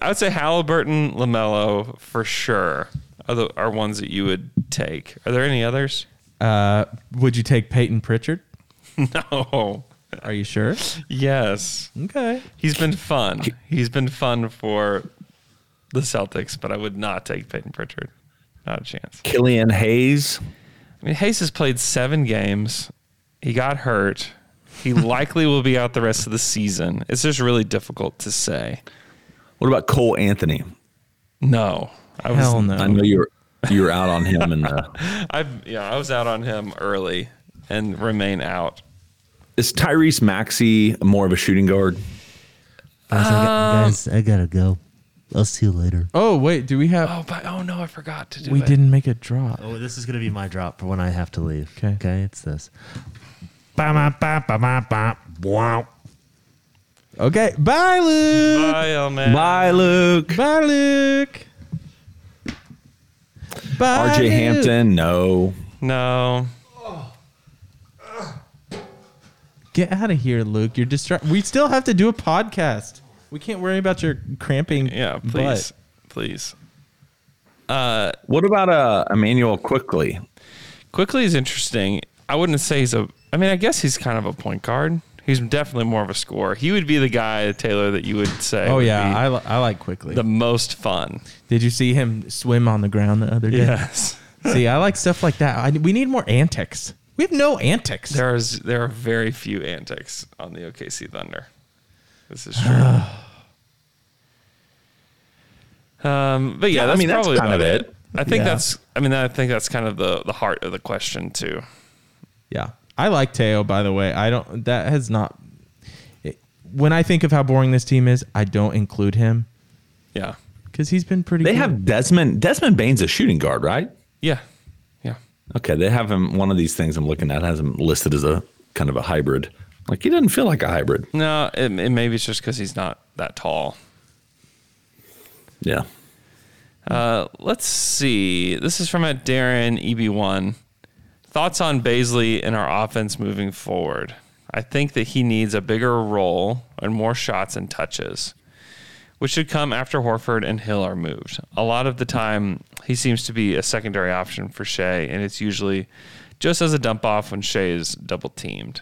would say Halliburton, Lamelo for sure are the are ones that you would take. Are there any others?
Uh, would you take Peyton Pritchard?
No.
Are you sure?
Yes.
Okay.
He's been fun. He's been fun for the Celtics, but I would not take Peyton Pritchard. Not a chance.
Killian Hayes.
I mean, Hayes has played seven games. He got hurt. He likely will be out the rest of the season. It's just really difficult to say.
What about Cole Anthony?
No. I was
Hell
I
no.
know you're you're out on him, and uh,
I've yeah, I was out on him early and remain out.
is Tyrese Maxey more of a shooting guard?
Guys, I, got, guys, I gotta go. I'll see you later.
Oh wait, do we have?
Oh, but oh no, I forgot to do
we
it.
didn't make a drop.
Oh, this is gonna be my drop for when I have to leave.
'Kay.
Okay, it's this.
Okay. Bye, Luke.
Bye, oh man.
Bye, Luke.
Bye, Luke. Bye,
RJ
Luke.
Hampton. No.
No.
Get out of here, Luke. You're distract. We still have to do a podcast. We can't worry about your cramping.
Yeah,
butt.
please. Please.
What about uh, Emmanuel quickly?
Quickly is interesting. I wouldn't say he's a. I mean, I guess he's kind of a point guard. He's definitely more of a scorer. He would be the guy, Taylor, that you would say.
Oh
would
yeah,
be
I, li- I like quickly.
the most fun.
Did you see him swim on the ground the other day?
Yes,
See, I like stuff like that. I, we need more antics. We have no antics.
there is. There are very few antics on the OKC Thunder. This is true. um, but yeah,
I
that's
mean, that's
probably
kind
about
of
it.
it.
I think
Yeah.
that's. I mean, I think that's kind of the the heart of the question too.
Yeah. I like Teo, by the way. I don't, that has not, it- when I think of how boring this team is, I don't include him
Yeah.
because he's been pretty
They
good.
have Desmond. Desmond Bain's a shooting guard, right?
Yeah. Yeah.
Okay, they have him. One of these things I'm looking at has him listed as a kind of a hybrid. Like he doesn't feel like a hybrid.
No, it, it maybe it's just because he's not that tall.
Yeah.
Uh, let's see. This is from at Darren EB1. Thoughts on Baisley and our offense moving forward? I think that he needs a bigger role and more shots and touches, which should come after Horford and Hill are moved. A lot of the time, he seems to be a secondary option for Shea, and it's usually just as a dump off when Shea is double teamed.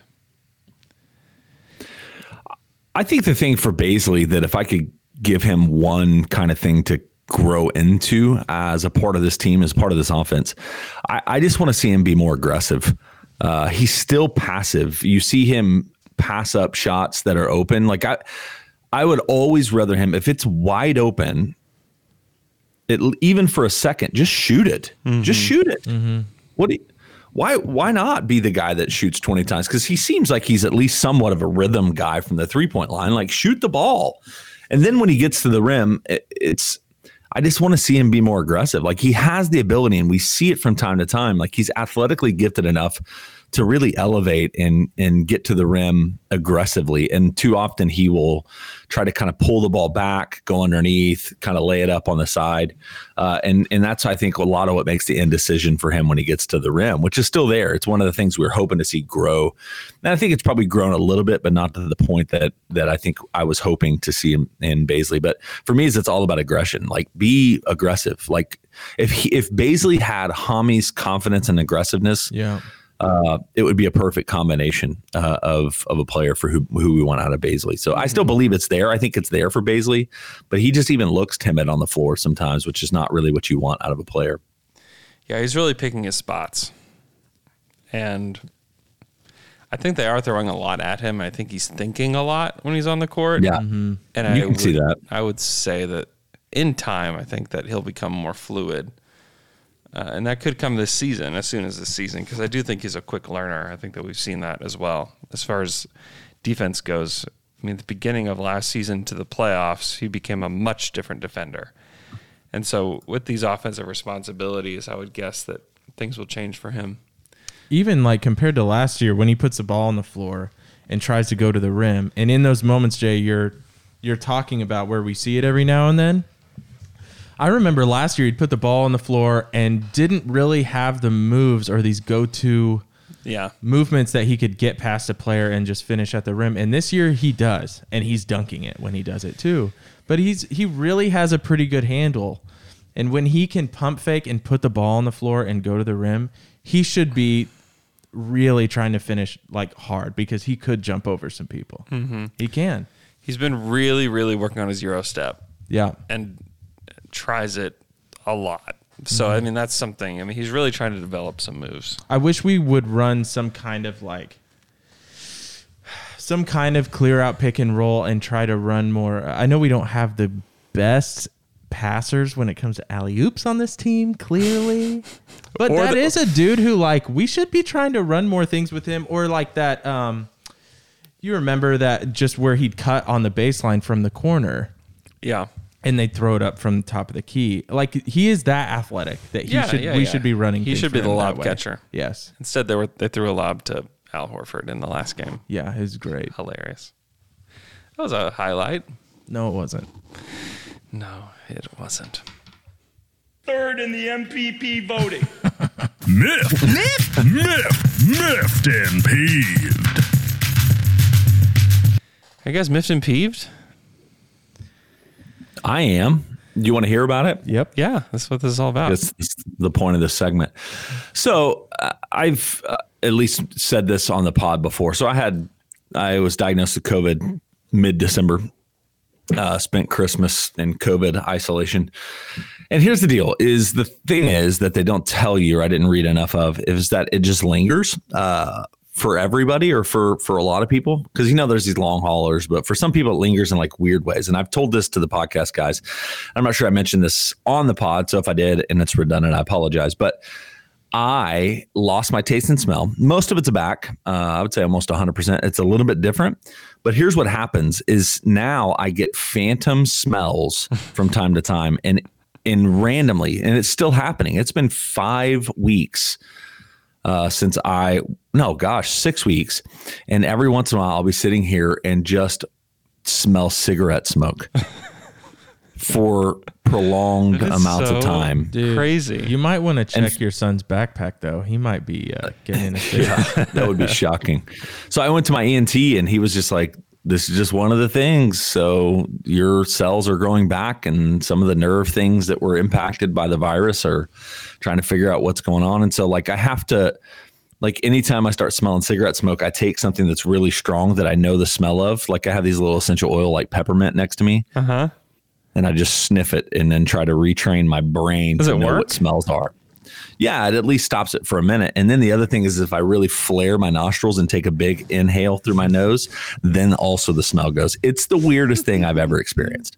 I think the thing for Baisley that if I could give him one kind of thing to grow into as a part of this team, as part of this offense, I, I just want to see him be more aggressive. Uh, he's still passive. You see him pass up shots that are open. Like I, I would always rather him if it's wide open. It, even for a second, just shoot it. Just shoot it. What? Do you, why? Why not be the guy that shoots twenty times? Because he seems like he's at least somewhat of a rhythm guy from the three point line. Like shoot the ball, and then when he gets to the rim, it, it's. I just want to see him be more aggressive. Like he has the ability, and we see it from time to time. Like he's athletically gifted enough to really elevate and and get to the rim aggressively. And too often he will try to kind of pull the ball back, go underneath, kind of lay it up on the side, uh, and and that's I think a lot of what makes the indecision for him when he gets to the rim, which is still there. It's one of the things we are hoping to see grow, and I think it's probably grown a little bit, but not to the point that that I think I was hoping to see him in Baisley. But for me, it's it's all about aggression. Like be aggressive. Like if he, if Baisley had Hami's confidence and aggressiveness,
Yeah.
uh, it would be a perfect combination uh, of of a player for who who we want out of Baisley. So I still believe it's there. I think it's there for Baisley, but he just even looks timid on the floor sometimes, which is not really what you want out of a player.
Yeah, he's really picking his spots. And I think they are throwing a lot at him. I think he's thinking a lot when he's on the court.
Yeah,
And
You
I
can see
would-
that.
I would say that in time, I think that he'll become more fluid. Uh, and that could come this season, as soon as this season, because I do think he's a quick learner. I think that we've seen that as well. As far as defense goes, I mean, the beginning of last season to the playoffs, he became a much different defender. And so, with these offensive responsibilities, I would guess that things will change for him.
even like compared to last year when he puts the ball on the floor and tries to go to the rim and in those moments jay you're you're talking about where we see it every now and then i remember last year he'd put the ball on the floor and didn't really have the moves or these go-to
Yeah.
movements that he could get past a player and just finish at the rim and this year he does and he's dunking it when he does it too but he's he really has a pretty good handle and when he can pump fake and put the ball on the floor and go to the rim he should be really trying to finish like hard because he could jump over some people. He can.
He's been really, really working on his Euro step
Yeah.
and tries it a lot. So, I mean, that's something. I mean, he's really trying to develop some moves.
I wish we would run some kind of like some kind of clear out pick and roll and try to run more. I know we don't have the best passers when it comes to alley oops on this team, clearly. But
Or
that
the-
is a dude who like we should be trying to run more things with him or like that um you remember that just where he'd cut on the baseline from the corner.
Yeah.
and they throw it up from the top of the key. Like he is that athletic that he
Yeah,
should
yeah,
we
yeah.
should be running.
He
things
should be
for
the
him that
lob
way.
catcher.
Yes.
Instead, they were they threw a lob to Al Horford in the last game.
Yeah, he's great.
Hilarious. That was a highlight.
No, it wasn't.
No, it wasn't.
Third in the MPP voting.
Miffed. Miffed. Miffed. Miffed and peeved.
Are you guys miffed and peeved?
I am. You want to hear about it?
Yep.
Yeah, that's what this is all about.
That's that's the point of this segment. So uh, I've uh, at least said this on the pod before. So I had I was diagnosed with COVID mid December. Uh, spent Christmas in COVID isolation. And here's the deal: is the thing is that they don't tell you. Or I didn't read enough of is that it just lingers uh, for everybody or for for a lot of people because you know there's these long haulers, but for some people it lingers in like weird ways. And I've told this to the podcast guys. I'm not sure I mentioned this on the pod, so if I did and it's redundant, I apologize. But I lost my taste and smell. Most of it's back. Uh, I would say almost 100%. It's a little bit different. But here's what happens is now I get phantom smells from time to time and and randomly and it's still happening. It's been 5 weeks uh, since I no gosh, 6 weeks and every once in a while I'll be sitting here and just smell cigarette smoke for prolonged
That is
amounts of
so
time.
Crazy.
You might want to check your son's backpack though. He might be uh, getting in a yeah.
that would be shocking. So I went to my ENT and he was just like, this is just one of the things. So your cells are growing back, and some of the nerve things that were impacted by the virus are trying to figure out what's going on. And so, like, I have to, like, anytime I start smelling cigarette smoke, I take something that's really strong that I know the smell of. Like, I have these little essential oil, like peppermint, next to me. Uh huh.
Uh-huh.
And I just sniff it and then try to retrain my brain
Does
to
it
know
work?
what smells are. Yeah, it at least stops it for a minute. And then the other thing is if I really flare my nostrils and take a big inhale through my nose, then also the smell goes. It's the weirdest thing I've ever experienced.